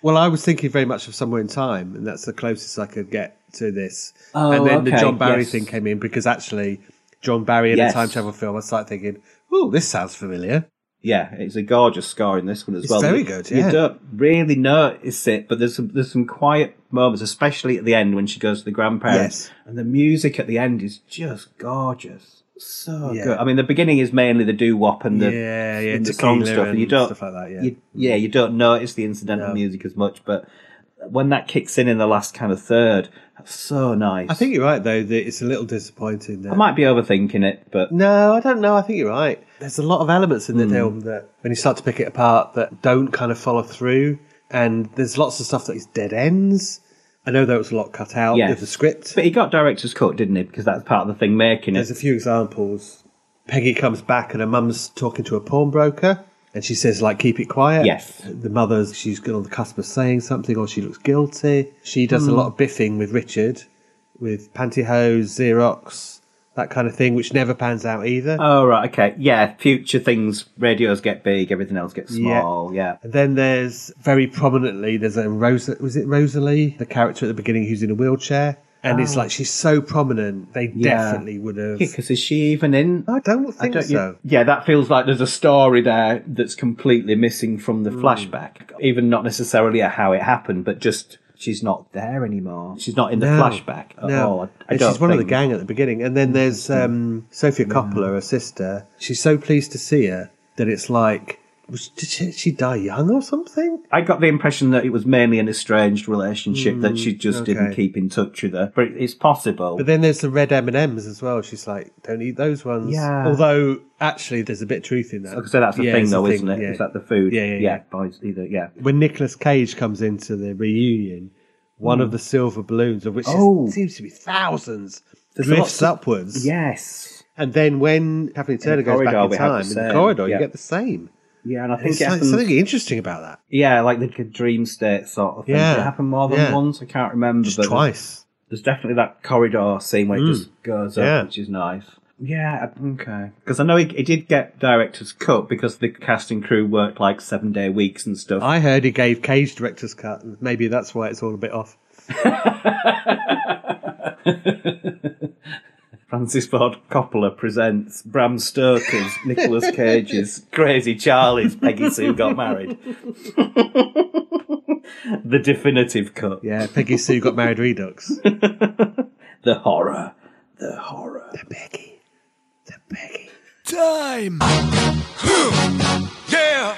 Speaker 11: well, I was thinking very much of Somewhere in Time, and that's the closest I could get to this.
Speaker 10: Oh,
Speaker 11: and then the
Speaker 10: okay,
Speaker 11: John Barry
Speaker 10: yes.
Speaker 11: thing came in because actually, John Barry in
Speaker 10: Yes.
Speaker 11: a time travel film, I started thinking, oh, this sounds familiar.
Speaker 10: Yeah, it's a gorgeous score in this one as
Speaker 11: It's
Speaker 10: well.
Speaker 11: very
Speaker 10: You-
Speaker 11: good,
Speaker 10: You
Speaker 11: yeah.
Speaker 10: don't really notice it, but there's some, there's some quiet moments, especially at the end when she goes to the grandparents,
Speaker 11: Yes.
Speaker 10: and the music at the end is just gorgeous. So
Speaker 11: Yeah.
Speaker 10: good. I mean, the beginning is mainly the doo wop and the
Speaker 11: Yeah, yeah,
Speaker 10: and the song
Speaker 11: tequila
Speaker 10: stuff, and you
Speaker 11: and
Speaker 10: don't
Speaker 11: stuff like that, yeah.
Speaker 10: you, yeah, you don't notice the incidental
Speaker 11: No.
Speaker 10: music as much, but when that kicks in in the last kind of third, that's so nice.
Speaker 11: I think you're right, though, that it's a little disappointing that.
Speaker 10: I might be overthinking it, but
Speaker 11: No, I don't know. I think you're right. There's a lot of elements in
Speaker 10: Hmm.
Speaker 11: the film that, when you start to pick it apart, that don't kind of follow through. And there's lots of stuff that is dead ends. I know there was a lot cut out
Speaker 10: Yes.
Speaker 11: with the script.
Speaker 10: but he got director's cut, didn't he? Because that's part of the thing making it.
Speaker 11: There's a few examples. Peggy comes back and her mum's talking to a pawnbroker and she says, like, keep it quiet.
Speaker 10: Yes.
Speaker 11: The mother's, she's got on the cusp of saying something or she looks guilty. She does a
Speaker 10: Hmm.
Speaker 11: lot of biffing with Richard, with pantyhose, Xerox, that kind of thing, which never pans out either.
Speaker 10: Oh right, okay, yeah. Future things, radios get big, everything else gets small. Yeah,
Speaker 11: And then there's very prominently there's a Rosa was it Rosalie the character at the beginning who's in a wheelchair and it's
Speaker 10: Ah.
Speaker 11: like she's so prominent they
Speaker 10: Yeah.
Speaker 11: definitely would have.
Speaker 10: because is she even in?
Speaker 11: I don't think
Speaker 10: don't-
Speaker 11: so.
Speaker 10: Yeah, that feels like there's a story there that's completely missing from
Speaker 11: Mm.
Speaker 10: the flashback. Even not necessarily at how it happened, but just she's not there anymore. She's not in the
Speaker 11: No.
Speaker 10: flashback at
Speaker 11: no.
Speaker 10: all. I, I
Speaker 11: And
Speaker 10: don't
Speaker 11: she's one of the
Speaker 10: think. Hmm.
Speaker 11: gang at the beginning. And then there's um, Sophia Coppola, her sister. She's so pleased to see her that it's like, was, did she, she die young or something?
Speaker 10: I got the impression that it was mainly an estranged relationship that she just
Speaker 11: Mm,
Speaker 10: didn't
Speaker 11: okay.
Speaker 10: keep in touch with her. But it- it's possible.
Speaker 11: But then there's the red M and M's as well. She's like, don't eat those ones.
Speaker 10: Yeah.
Speaker 11: Although actually, there's a bit of truth in that.
Speaker 10: so that's the
Speaker 11: Yeah,
Speaker 10: thing,
Speaker 11: it's
Speaker 10: though, isn't it?
Speaker 11: yeah.
Speaker 10: Is that the food?
Speaker 11: Yeah, yeah, yeah.
Speaker 10: by either, yeah.
Speaker 11: when Nicolas Cage comes into the reunion, one of the silver balloons, of which is-
Speaker 10: Hmm. Oh.
Speaker 11: seems to be thousands,
Speaker 10: There's
Speaker 11: drifts
Speaker 10: lots of-
Speaker 11: upwards.
Speaker 10: Yes.
Speaker 11: And then when Kathleen Turner goes back
Speaker 10: corridor, we
Speaker 11: in
Speaker 10: have the
Speaker 11: time, in the
Speaker 10: same,
Speaker 11: corridor,
Speaker 10: yeah.
Speaker 11: you get the same.
Speaker 10: Yeah, and I
Speaker 11: There's
Speaker 10: think it
Speaker 11: some-
Speaker 10: happens-
Speaker 11: something interesting about that.
Speaker 10: Yeah, like the dream state sort of thing.
Speaker 11: Yeah.
Speaker 10: Did it happen more than
Speaker 11: Yeah.
Speaker 10: once? I can't remember.
Speaker 11: Just
Speaker 10: but there's-
Speaker 11: twice.
Speaker 10: There's, definitely that corridor scene where it
Speaker 11: Mm.
Speaker 10: just goes
Speaker 11: Yeah.
Speaker 10: up, which is nice. Yeah, I- okay. Because I know it, it did get director's cut because the cast and crew worked like seven day weeks and stuff.
Speaker 11: I heard he gave Cage director's cut. and Maybe that's why it's all a bit off.
Speaker 10: [LAUGHS] Francis Ford Coppola presents Bram Stoker's, Nicolas
Speaker 11: [LAUGHS]
Speaker 10: Cage's, Crazy Charlie's, Peggy Sue Got Married. the definitive cut.
Speaker 11: Yeah, Peggy Sue got married [LAUGHS] Redux.
Speaker 10: The horror. The horror.
Speaker 11: Peggy. The Peggy.
Speaker 12: Time. yeah.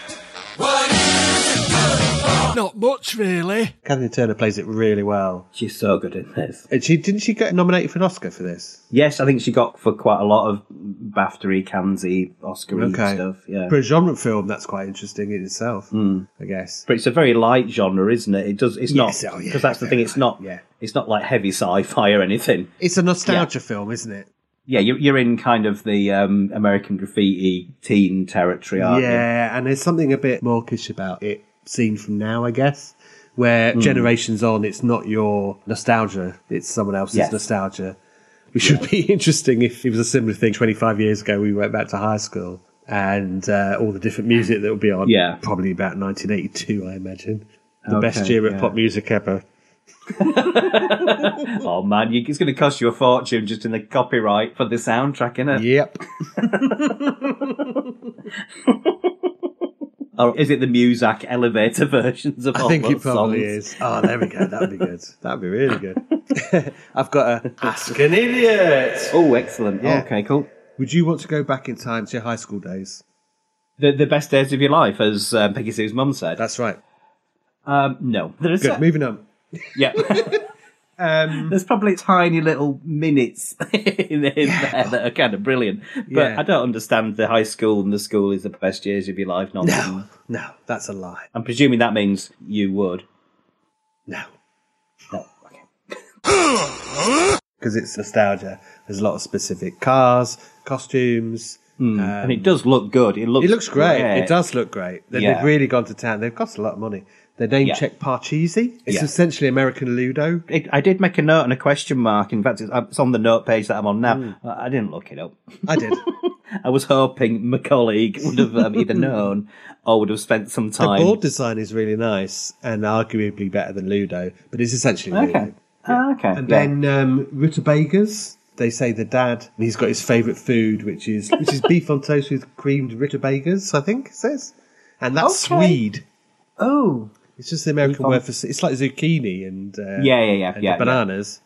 Speaker 12: What is it good for? Not much, really.
Speaker 11: Kathleen Turner plays it really well.
Speaker 10: She's so good in this.
Speaker 11: And she didn't she get nominated for an Oscar for this?
Speaker 10: Yes, I think she got for quite a lot of BAFTA-y, Cannes-y, Oscar-y stuff. Yeah,
Speaker 11: For a genre film, that's quite interesting in itself,
Speaker 10: Mm.
Speaker 11: I guess.
Speaker 10: but it's a very light genre, isn't it? It does. It's
Speaker 11: Yes,
Speaker 10: not
Speaker 11: oh,
Speaker 10: because
Speaker 11: yeah,
Speaker 10: that's the thing. It's not.
Speaker 11: yeah.
Speaker 10: It's not like heavy sci-fi or anything.
Speaker 11: It's a nostalgia film, isn't it?
Speaker 10: Yeah, you're, you're in kind of the um, American graffiti teen territory, aren't you?
Speaker 11: yeah, and there's something a bit mawkish about it seen from now, I guess. Where
Speaker 10: Mm.
Speaker 11: generations on, it's not your nostalgia, it's someone else's
Speaker 10: Yes.
Speaker 11: nostalgia. Which would be [LAUGHS] interesting if it was a similar thing 25 years ago. We went back to high school and uh, all the different music that would be on.
Speaker 10: Yeah.
Speaker 11: Probably about 1982, I imagine. The best
Speaker 10: Okay,
Speaker 11: year at
Speaker 10: yeah.
Speaker 11: pop music
Speaker 10: [LAUGHS]
Speaker 11: ever.
Speaker 10: oh man, you, it's going to cost you a fortune just in the copyright for the soundtrack, innit?
Speaker 11: Yep.
Speaker 10: Or is it the Muzak elevator [LAUGHS] versions of
Speaker 11: I
Speaker 10: all
Speaker 11: think it
Speaker 10: those
Speaker 11: probably
Speaker 10: Oh, songs?
Speaker 11: is. Oh, there we go. That would be
Speaker 10: [LAUGHS]
Speaker 11: good. That would be really good. [LAUGHS] I've got a ask an idiot.
Speaker 10: Oh, excellent.
Speaker 11: Yeah.
Speaker 10: Okay, cool.
Speaker 11: Would you want to go back in time to your high school days?
Speaker 10: The, the best days of your life, as um, Peggy Sue's mum said.
Speaker 11: That's right.
Speaker 10: Um, no, there's
Speaker 11: Good. Moving on.
Speaker 10: yeah,
Speaker 11: [LAUGHS]
Speaker 10: [LAUGHS]
Speaker 11: Um,
Speaker 10: there's probably tiny little minutes [LAUGHS] in, in there that are kind of brilliant. But
Speaker 11: Yeah.
Speaker 10: I don't understand the high school and the school is the best years of your life. Not
Speaker 11: no, no, that's a lie.
Speaker 10: I'm presuming that means you would.
Speaker 11: No,
Speaker 10: No, okay.
Speaker 11: because it's nostalgia. There's a lot of specific cars, costumes.
Speaker 10: Hmm. and it does look good. It looks.
Speaker 11: Um, It looks great. It does look great. They,
Speaker 10: Yeah.
Speaker 11: They've really gone to town. They've cost a lot of money. Their name
Speaker 10: Yeah.
Speaker 11: check Parcheesi. It's
Speaker 10: Yeah.
Speaker 11: essentially American Ludo.
Speaker 10: It, I did make a note and a question mark. In fact, it's, uh, it's on the note page that I'm on now.
Speaker 11: Hmm.
Speaker 10: Uh, I I didn't look it up.
Speaker 11: I
Speaker 10: [LAUGHS]
Speaker 11: did.
Speaker 10: I was hoping my colleague would have um, either known or would have spent some
Speaker 11: The
Speaker 10: time.
Speaker 11: board design is really nice and arguably better than Ludo, but it's essentially Ludo.
Speaker 10: Okay. Ah, okay.
Speaker 11: And
Speaker 10: Yeah.
Speaker 11: then um, rutabagas. They say the dad he's got his favourite food, which is which is beef on toast with creamed rutabagas. I think it says, and that's
Speaker 10: Okay.
Speaker 11: Swede.
Speaker 10: oh,
Speaker 11: It's just the American
Speaker 10: Beef on-
Speaker 11: word for it's like zucchini and uh,
Speaker 10: Yeah, yeah, yeah,
Speaker 11: and
Speaker 10: yeah, yeah.
Speaker 11: bananas.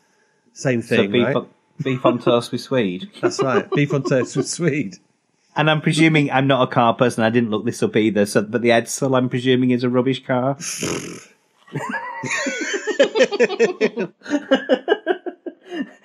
Speaker 11: Same
Speaker 10: so
Speaker 11: thing,
Speaker 10: beef,
Speaker 11: right?
Speaker 10: on, beef on toast with
Speaker 11: [LAUGHS]
Speaker 10: Swede.
Speaker 11: That's right. Beef on toast with Swede.
Speaker 10: And I'm presuming I'm not a car person. I didn't look this up either. So, but the Edsel, I'm presuming, is a rubbish
Speaker 11: [LAUGHS]
Speaker 10: car.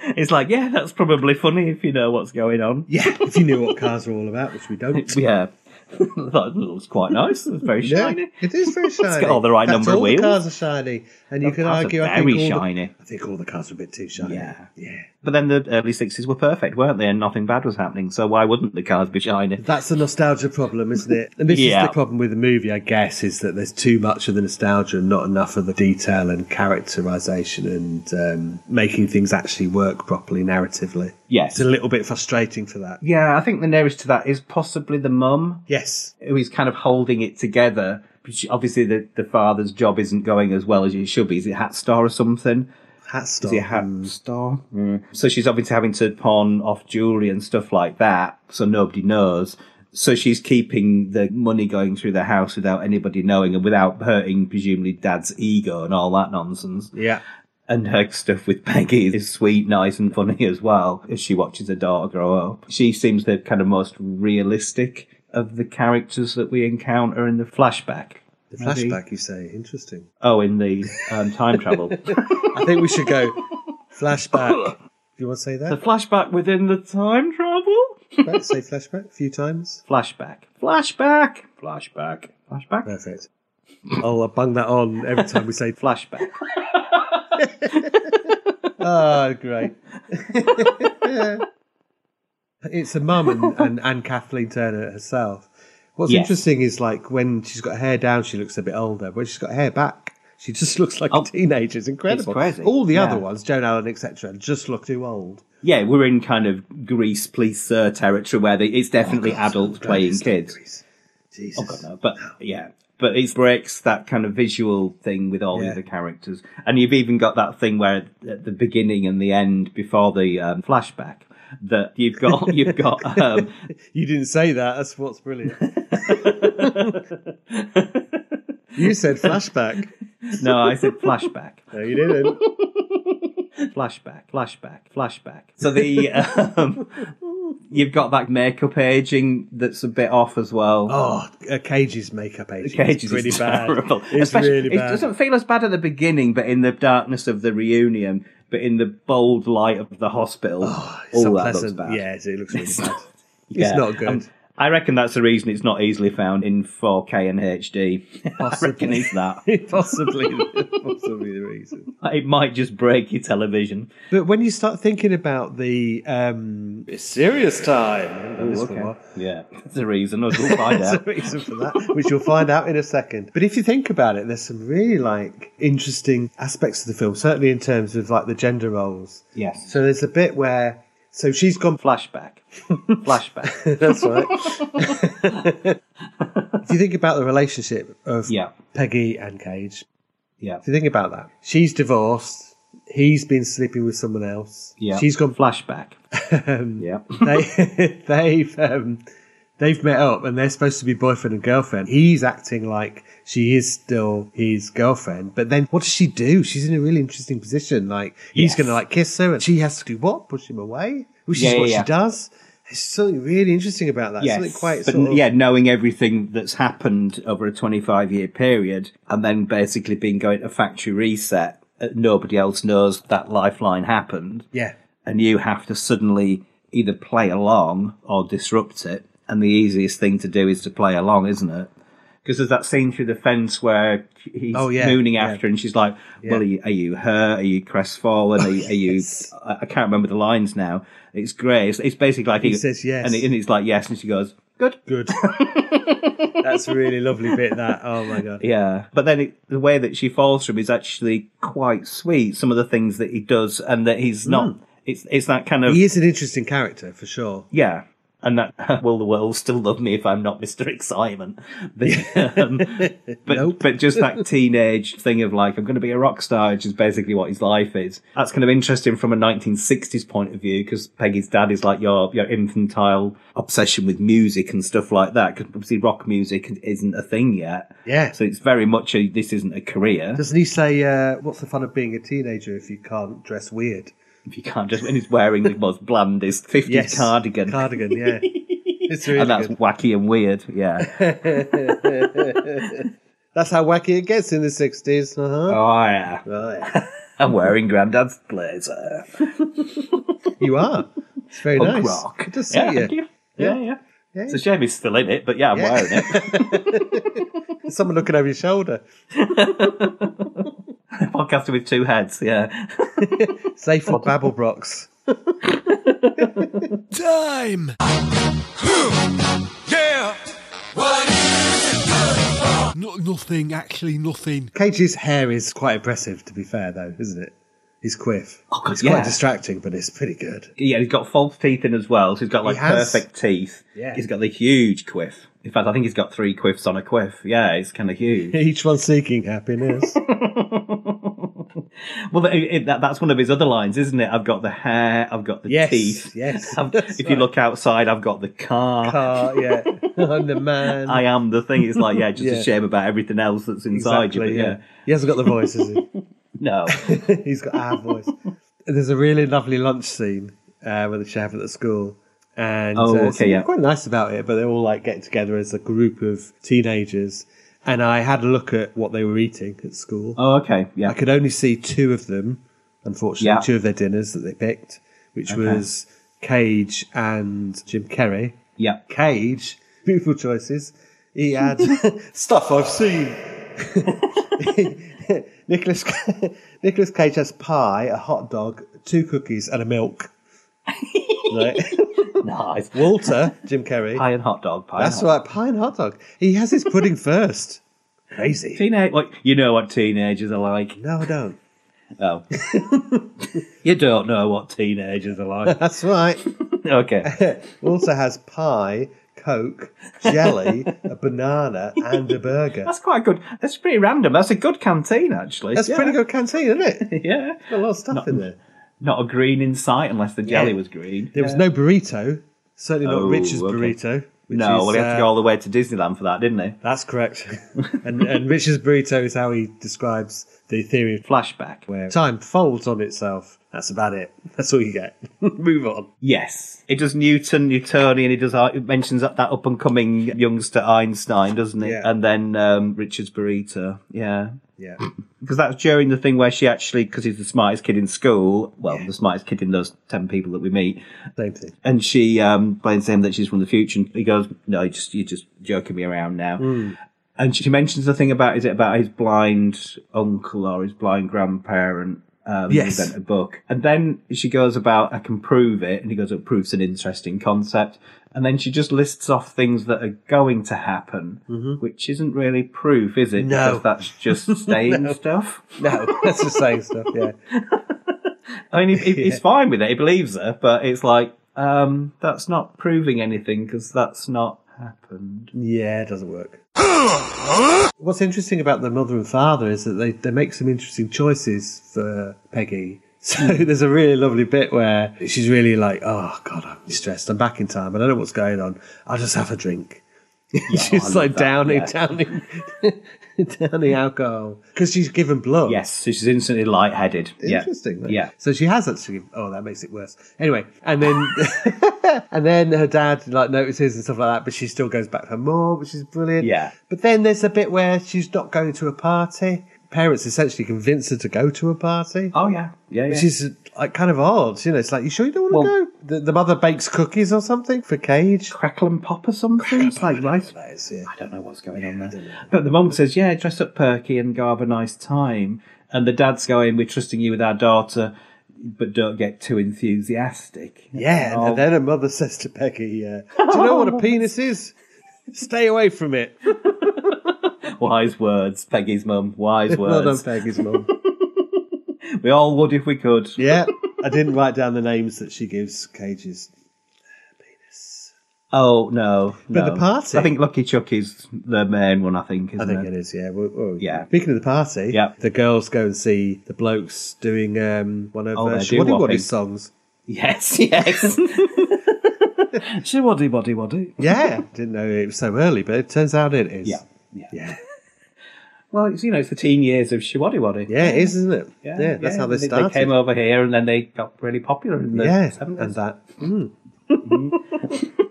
Speaker 10: it's like, yeah, that's probably funny if you know what's going on.
Speaker 11: Yeah, if you knew what cars are all about, which we
Speaker 10: [LAUGHS]
Speaker 11: don't.
Speaker 10: Yeah, that looks quite nice. It's very
Speaker 11: Yeah,
Speaker 10: shiny.
Speaker 11: it is
Speaker 10: [LAUGHS]
Speaker 11: very shiny.
Speaker 10: got all the right
Speaker 11: In fact,
Speaker 10: number of
Speaker 11: all
Speaker 10: wheels.
Speaker 11: The cars are shiny, and you
Speaker 10: The
Speaker 11: could
Speaker 10: cars are
Speaker 11: argue. I
Speaker 10: very
Speaker 11: think all the-
Speaker 10: shiny.
Speaker 11: I think all the cars are a bit too shiny.
Speaker 10: Yeah.
Speaker 11: yeah.
Speaker 10: But then the early sixties were perfect, weren't they? And nothing bad was happening. So why wouldn't the cars be shiny?
Speaker 11: That's the nostalgia problem, isn't it? And this
Speaker 10: Yeah.
Speaker 11: is the problem with the movie, I guess, is that there's too much of the nostalgia and not enough of the detail and characterization and um, making things actually work properly narratively.
Speaker 10: Yes.
Speaker 11: It's a little bit frustrating for that.
Speaker 10: Yeah, I think the nearest to that is possibly the mum,
Speaker 11: Yes.
Speaker 10: who is kind of holding it together. But she- Obviously, the, the father's job isn't going as well as it should be. Is it Hat Star or something?
Speaker 11: Hat
Speaker 10: Is
Speaker 11: stop.
Speaker 10: it Hat Star? Mm. So she's obviously having to pawn off jewellery and stuff like that, so nobody knows. So she's keeping the money going through the house without anybody knowing and without hurting, presumably, dad's ego and all that nonsense.
Speaker 11: Yeah.
Speaker 10: And her stuff with Peggy is sweet, nice, and funny as well as she watches her daughter grow up. She seems the kind of most realistic of the characters that we encounter in the flashback.
Speaker 11: The
Speaker 10: Maybe.
Speaker 11: flashback, you say. Interesting.
Speaker 10: Oh, in the um, time travel. the
Speaker 11: I think we should
Speaker 10: [LAUGHS]
Speaker 11: go flashback. Do you want to say that?
Speaker 10: flashback within the time travel?
Speaker 11: Let's say flashback a few times.
Speaker 10: Flashback. Flashback. Flashback. Flashback.
Speaker 11: Perfect. I'll bung that on every time we say
Speaker 10: Flashback.
Speaker 11: Oh, great. [LAUGHS] it's a mum and, and, and Kathleen Turner herself. What's
Speaker 10: Yes.
Speaker 11: interesting is like when she's got hair down, she looks a bit older. When she's got hair back, she just [LAUGHS] looks like
Speaker 10: Oh.
Speaker 11: a teenager. It's incredible.
Speaker 10: crazy.
Speaker 11: All the other
Speaker 10: Yeah.
Speaker 11: ones, Joan Allen, etc., just look too old.
Speaker 10: Yeah, we're in kind of Grease, please, sir territory where they, it's definitely adults playing kids.
Speaker 11: Jesus.
Speaker 10: Oh god, no! But yeah, but it breaks that kind of visual thing with all
Speaker 11: Yeah.
Speaker 10: the other characters, and you've even got that thing where at the beginning and the end, before the um, flashback, that
Speaker 11: [LAUGHS]
Speaker 10: you've got you've got um,
Speaker 11: [LAUGHS]
Speaker 10: [LAUGHS]
Speaker 11: You didn't say that. That's what's brilliant. you said flashback.
Speaker 10: no, I said flashback,
Speaker 11: No, you
Speaker 10: [LAUGHS]
Speaker 11: didn't.
Speaker 10: [LAUGHS] flashback, flashback, flashback. So the um, you've got that makeup aging that's a bit off as well.
Speaker 11: Oh, uh, Cage's makeup aging
Speaker 10: Cage
Speaker 11: is
Speaker 10: is
Speaker 11: pretty bad.
Speaker 10: terrible.
Speaker 11: It's
Speaker 10: Especially-
Speaker 11: really
Speaker 10: It
Speaker 11: bad.
Speaker 10: doesn't feel as bad at the beginning, but in the darkness of the reunion, but in the bold light of the hospital,
Speaker 11: Oh, it's
Speaker 10: all that looks
Speaker 11: unpleasant.
Speaker 10: bad. [LAUGHS]
Speaker 11: Yeah, it looks really bad.
Speaker 10: Yeah.
Speaker 11: It's not good.
Speaker 10: Um, I reckon that's the reason it's not easily found in 4K and HD. [LAUGHS] I reckon it's that.
Speaker 11: [LAUGHS] possibly, possibly the reason.
Speaker 10: It might just break your television.
Speaker 11: But when you start thinking about the um, it's serious time, I haven't done this for a
Speaker 10: okay.
Speaker 11: while.
Speaker 10: Yeah, there's a reason. Us
Speaker 11: [LAUGHS]
Speaker 10: will find
Speaker 11: There's
Speaker 10: out.
Speaker 11: a reason for [LAUGHS] that, which you'll find out in a second. But if you think about it, there's some really like interesting aspects of the film, certainly in terms of like the gender roles.
Speaker 10: Yes.
Speaker 11: So there's a bit where so she's gone [LAUGHS]
Speaker 10: Flashback. Flashback.
Speaker 11: That's right. if you think about the relationship of
Speaker 10: Yeah.
Speaker 11: Peggy and Cage,
Speaker 10: Yeah.
Speaker 11: if you think about that, she's divorced. He's been sleeping with someone else.
Speaker 10: Yeah.
Speaker 11: she's gone.
Speaker 10: Flashback.
Speaker 11: [LAUGHS] Um,
Speaker 10: Yeah.
Speaker 11: they [LAUGHS] they've um, they've met up and they're supposed to be boyfriend and girlfriend. He's acting like she is still his girlfriend, but then what does she do? She's in a really interesting position. Like he's
Speaker 10: Yes.
Speaker 11: going to like kiss her, and she has to do what? Push him away, which
Speaker 10: Yeah,
Speaker 11: is
Speaker 10: yeah,
Speaker 11: what
Speaker 10: yeah.
Speaker 11: she does. There's something really interesting about that. Something quite
Speaker 10: but
Speaker 11: sort of,
Speaker 10: yeah, knowing everything that's happened over a 25 year period and then basically being going to factory reset, uh, nobody else knows that lifeline happened.
Speaker 11: yeah.
Speaker 10: And you have to suddenly either play along or disrupt it. And the easiest thing to do is to play along, isn't it? Because there's that scene through the fence where he's
Speaker 11: Oh, yeah,
Speaker 10: mooning
Speaker 11: yeah.
Speaker 10: after, her and she's like, "Well, are, you, are you her? Are you crestfallen? Are, you- are you?"
Speaker 11: Yes.
Speaker 10: I I can't remember the lines now. It's grey. It's, it's basically like
Speaker 11: He says yes.
Speaker 10: and, he- and he's like yes, and she goes, "Good." [LAUGHS]
Speaker 11: Good. That's a really lovely bit. That. Oh my god.
Speaker 10: Yeah, but then it, the way that she falls from is actually quite sweet. Some of the things that he does, and that he's not. It's it's that kind of
Speaker 11: Mm. He is an interesting character for sure.
Speaker 10: yeah, and that [LAUGHS] will the world still love me if I'm not Mister Excitement? But, [LAUGHS] um, but
Speaker 11: Nope.
Speaker 10: but
Speaker 11: [LAUGHS]
Speaker 10: just that teenage thing of like I'm going to be a rock star, which is basically what his life is. That's kind of interesting from a 1960s point of view because Peggy's dad is like your your infantile obsession with music and stuff like that. Because obviously rock music isn't a thing yet.
Speaker 11: Yeah.
Speaker 10: So it's very much a this isn't a career.
Speaker 11: Doesn't he say, uh, "What's the fun of being a teenager if you can't dress weird?"
Speaker 10: if you can't just and he's wearing the most blandest 50s cardigan.
Speaker 11: Cardigan. [LAUGHS] Yeah. It's really
Speaker 10: and that's
Speaker 11: good.
Speaker 10: wacky and weird,
Speaker 11: [LAUGHS]
Speaker 10: yeah.
Speaker 11: That's how wacky it gets in the sixties. Uh-huh.
Speaker 10: oh yeah.
Speaker 11: Right.
Speaker 10: I'm wearing Grandad's blazer.
Speaker 11: You are. It's very
Speaker 10: Punk
Speaker 11: nice.
Speaker 10: rock.
Speaker 11: It does suit
Speaker 10: yeah,
Speaker 11: you.
Speaker 10: thank you. Yeah, yeah.
Speaker 11: Yeah.
Speaker 10: It's a shame he's still in it, but yeah, I'm
Speaker 11: Yeah.
Speaker 10: wearing
Speaker 11: [LAUGHS]
Speaker 10: it.
Speaker 11: There's Someone looking over your shoulder.
Speaker 10: Podcaster with two heads, yeah.
Speaker 11: Safe for Babble Brocks.
Speaker 12: [LAUGHS] Time.
Speaker 6: Yeah!
Speaker 12: No, nothing, actually, nothing.
Speaker 11: Cage's hair is quite impressive, to be fair, though, isn't it? His quiff.
Speaker 10: Oh, God,
Speaker 11: it's
Speaker 10: yeah.
Speaker 11: quite distracting, but it's pretty good.
Speaker 10: Yeah, he's got false teeth in as well, so he's got like
Speaker 11: He has.
Speaker 10: perfect teeth.
Speaker 11: Yeah.
Speaker 10: He's got the huge quiff. In fact, I think he's got three quiffs on a quiff. Yeah, it's kind of
Speaker 11: [LAUGHS]
Speaker 10: huge.
Speaker 11: Each one seeking happiness. [LAUGHS]
Speaker 10: Well, it, it, that, that's one of his other lines, isn't it? I've got the hair, I've got the
Speaker 11: Yes,
Speaker 10: teeth.
Speaker 11: yes,
Speaker 10: I've-
Speaker 11: [LAUGHS] that's
Speaker 10: if you
Speaker 11: right.
Speaker 10: look outside, I've got the car.
Speaker 11: Ah, [LAUGHS] yeah. I'm the man.
Speaker 10: I am the thing. It's like, yeah,
Speaker 11: [LAUGHS]
Speaker 10: just
Speaker 11: Yeah.
Speaker 10: a shame about everything else that's inside you. But yeah.
Speaker 11: He hasn't got the voice, has he? [LAUGHS]
Speaker 10: No.
Speaker 11: He's got our voice. There's a really lovely lunch scene uh, with the chef at the school. And
Speaker 10: Oh,
Speaker 11: uh,
Speaker 10: okay,
Speaker 11: something
Speaker 10: yeah.
Speaker 11: quite nice about it, but they're all like getting together as a group of teenagers. And I had a look at what they were eating at school.
Speaker 10: oh, okay. Yeah.
Speaker 11: I could only see two of them, unfortunately,
Speaker 10: Yeah.
Speaker 11: two of their dinners that they picked, which was Cage and Jim Kerry.
Speaker 10: Yeah.
Speaker 11: Cage, beautiful choices. He had [LAUGHS] stuff I've [LAUGHS] seen. Nicholas Nicholas Cage has pie, a hot dog, two cookies, and a [LAUGHS] milk. right.
Speaker 10: [LAUGHS] Nice.
Speaker 11: Walter Jim Kerry.
Speaker 10: Pie and hot dog. Pie
Speaker 11: That's
Speaker 10: and hot
Speaker 11: right, pie and hot dog. He has his pudding first. Crazy.
Speaker 10: Teenage, like, you know what teenagers are like.
Speaker 11: No, I don't.
Speaker 10: Oh.
Speaker 11: [LAUGHS]
Speaker 10: you don't know what teenagers are like.
Speaker 11: That's right.
Speaker 10: Okay.
Speaker 11: Walter has pie, coke, jelly, a banana, and a burger.
Speaker 10: [LAUGHS] That's quite good. That's pretty random. That's a good canteen, actually.
Speaker 11: That's a
Speaker 10: yeah.
Speaker 11: pretty good canteen, isn't it?
Speaker 10: [LAUGHS] Yeah.
Speaker 11: Got a lot of stuff
Speaker 10: Not-
Speaker 11: in there.
Speaker 10: Not a green in sight unless the jelly
Speaker 11: Yeah.
Speaker 10: was green.
Speaker 11: There was no burrito. Certainly not
Speaker 10: Oh,
Speaker 11: Rich's
Speaker 10: okay.
Speaker 11: burrito. which
Speaker 10: no,
Speaker 11: is,
Speaker 10: well, he had to
Speaker 11: uh,
Speaker 10: go all the way to Disneyland for that, didn't he?
Speaker 11: That's correct. and and Richard's burrito is how he describes the theory of
Speaker 10: flashback,
Speaker 11: where time folds on itself. That's about it. That's all you get. [LAUGHS] Move on.
Speaker 10: Yes, it does Newton, Newtonian. It does. uh, It mentions that, that up and coming youngster Einstein, doesn't it?
Speaker 11: Yeah.
Speaker 10: And then um, Richard's burrito. Yeah,
Speaker 11: Yeah.
Speaker 10: because that's during the thing where she actually, because he's the smartest kid in school. Well, the smartest kid in those ten people that we meet.
Speaker 11: Same thing.
Speaker 10: And she um, blames him that she's from the future. And he goes, "No, you just you're just joking me around now."
Speaker 11: Hmm.
Speaker 10: And she mentions the thing about is it about his blind uncle or his blind grandparent? Um,
Speaker 11: Yes.
Speaker 10: who sent a book, and then she goes about I can prove it, and he goes, "It proves an interesting concept." And then she just lists off things that are going to happen, which isn't really proof, is it?
Speaker 11: Mm-hmm. No.
Speaker 10: Because that's
Speaker 11: [LAUGHS]
Speaker 10: just saying
Speaker 11: No.
Speaker 10: stuff.
Speaker 11: No, that's just saying stuff. Yeah.
Speaker 10: I mean, he, he- he's fine with it; he believes her, but it's like um, that's not proving anything because that's not happened.
Speaker 11: Yeah, it doesn't
Speaker 10: [GASPS]
Speaker 11: work. What's interesting about the mother and father is that they, they make some interesting choices for Peggy. [LAUGHS] So
Speaker 10: Hmm.
Speaker 11: there's a really lovely bit where she's really like, oh, God, I'm stressed. I'm back in time. I don't know what's going on. I'll just have a drink. [LAUGHS]
Speaker 10: I
Speaker 11: she's
Speaker 10: love
Speaker 11: like
Speaker 10: that,
Speaker 11: downing,
Speaker 10: yeah.
Speaker 11: downing, [LAUGHS] downing alcohol because she's given blood.
Speaker 10: Yes, so she's instantly lightheaded. Yeah.
Speaker 11: Interesting. though.
Speaker 10: Yeah.
Speaker 11: So she has actually. Oh, that makes it worse. Anyway, and then [LAUGHS] and then her dad like notices and stuff like that, but she still goes back for more, which is brilliant.
Speaker 10: Yeah.
Speaker 11: But then there's a bit where she's not going to a party. Parents essentially convince her to go to a party,
Speaker 10: Oh yeah, yeah. yeah.
Speaker 11: which is like kind of odd. You know, it's like you sure you don't want to
Speaker 10: Well-
Speaker 11: go. The, the mother bakes cookies or something for Cage.
Speaker 10: crackle and pop or something. It's like rice.
Speaker 11: That is, yeah.
Speaker 10: I don't know what's going on there. But the mum says, "Yeah, dress up perky and go have a nice time." And the dad's going, "We're trusting you with our daughter, but don't get too enthusiastic."
Speaker 11: Yeah,
Speaker 10: Oh,
Speaker 11: and then her mother says to Peggy, uh, "Do you know what a penis is? Stay away from it."
Speaker 10: [LAUGHS] wise words, Peggy's mum. Wise
Speaker 11: [LAUGHS] Well done,
Speaker 10: words.
Speaker 11: Peggy's mum.
Speaker 10: we all would if we could.
Speaker 11: Yeah, I didn't write down the names that she gives cages.
Speaker 10: Oh no,
Speaker 11: But
Speaker 10: no.
Speaker 11: the party-
Speaker 10: I think Lucky Chucky's the main one. I think. Isn't
Speaker 11: I think
Speaker 10: it?
Speaker 11: it is. Yeah. Well, well,
Speaker 10: Yeah.
Speaker 11: Speaking of the party,
Speaker 10: Yeah.
Speaker 11: the girls go and see the blokes doing um, one of
Speaker 10: Oh,
Speaker 11: uh,
Speaker 10: they do
Speaker 11: Shawaddy
Speaker 10: whopping.
Speaker 11: Waddy's songs.
Speaker 10: Yes, [LAUGHS] yes. she waddy waddy waddy.
Speaker 11: Yeah, [LAUGHS] didn't know it was so early, but it turns out it is.
Speaker 10: Yeah, yeah.
Speaker 11: yeah,
Speaker 10: Well, it's, you know, it's the teen years of she waddy waddy.
Speaker 11: yeah. It is, isn't it? Yeah, that's how they
Speaker 10: They-
Speaker 11: started.
Speaker 10: They came over here and then they got really popular in the
Speaker 11: yeah,
Speaker 10: 70s.
Speaker 11: and that.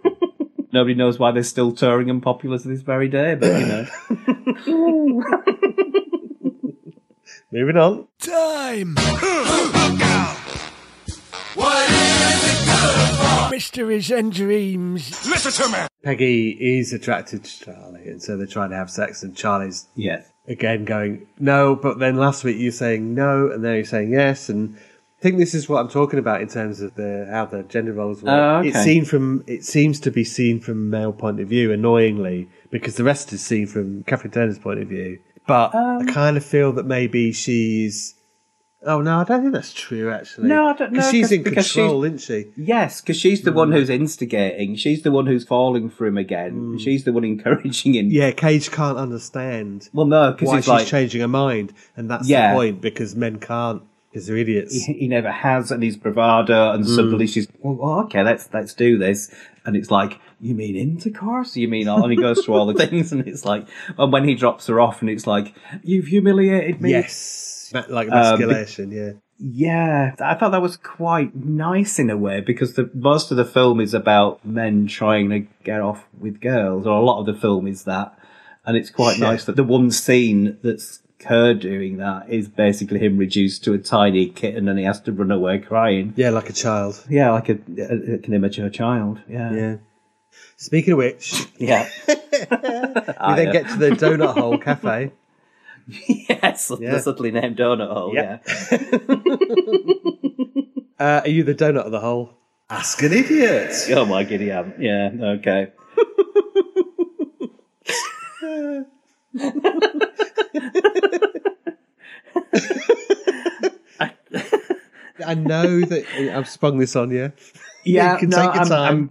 Speaker 10: Nobody knows why they're still touring and popular to this very day, but you
Speaker 11: [LAUGHS]
Speaker 10: know.
Speaker 11: Moving on.
Speaker 12: Time! Mysteries and dreams.
Speaker 6: Listen to me!
Speaker 11: Peggy is attracted to Charlie, and so they're trying to have sex, and Charlie's
Speaker 10: yes.
Speaker 11: again going no but then last week you're saying no and now you're saying yes and i think this is what i'm talking about in terms of the how the gender roles work
Speaker 10: Oh, okay.
Speaker 11: it's seen from it seems to be seen from a male point of view annoyingly because the rest is seen from catherine turner's point of view but
Speaker 10: Um,
Speaker 11: i kind of feel that maybe she's oh no i don't think that's true actually
Speaker 10: No, I don't- no,
Speaker 11: because she's
Speaker 10: 'cause-
Speaker 11: in
Speaker 10: because she's-
Speaker 11: control isn't she
Speaker 10: Yes, because she's the
Speaker 11: Hmm.
Speaker 10: one who's instigating. She's the one who's falling for him again. She's the one [LAUGHS] encouraging him.
Speaker 11: Hmm. yeah cage can't understand
Speaker 10: Well, no, because
Speaker 11: why
Speaker 10: he's
Speaker 11: she's
Speaker 10: like,
Speaker 11: changing her mind and that's
Speaker 10: Yeah.
Speaker 11: the point because men can't because they're idiots
Speaker 10: he, he never has, and he's bravado, and suddenly she's, well, well, okay, let's let's do this, and it's like, you mean intercourse? You mean all? And he goes through all the [LAUGHS] things, and it's like, and when he drops her off, and it's like, you've humiliated me.
Speaker 11: Yes. Ma- Like
Speaker 10: Um, be-
Speaker 11: masculation, yeah.
Speaker 10: Yeah, I thought that was quite nice in a way because the most of the film is about men trying to get off with girls, or a lot of the film is that, and it's quite
Speaker 11: Yeah.
Speaker 10: nice that the one scene that's her doing that is basically him reduced to a tiny kitten and he has to run away crying.
Speaker 11: Yeah, like a child.
Speaker 10: Yeah, like a, a- like an immature child. Yeah,
Speaker 11: Yeah. Speaking of which, [LAUGHS]
Speaker 10: yeah.
Speaker 11: we then
Speaker 10: yeah.
Speaker 11: get to [LAUGHS] the donut hole cafe.
Speaker 10: [LAUGHS] yes,
Speaker 11: Yeah.
Speaker 10: the subtly named donut hole.
Speaker 11: Yeah.
Speaker 10: Yeah,
Speaker 11: Uh, are you the donut of the hole? Ask an idiot.
Speaker 10: oh my giddy aunt. Yeah, okay.
Speaker 11: I know that I've sprung this on you.
Speaker 10: Yeah,
Speaker 11: You can
Speaker 10: no,
Speaker 11: take your
Speaker 10: I'm,
Speaker 11: time.
Speaker 10: I'm-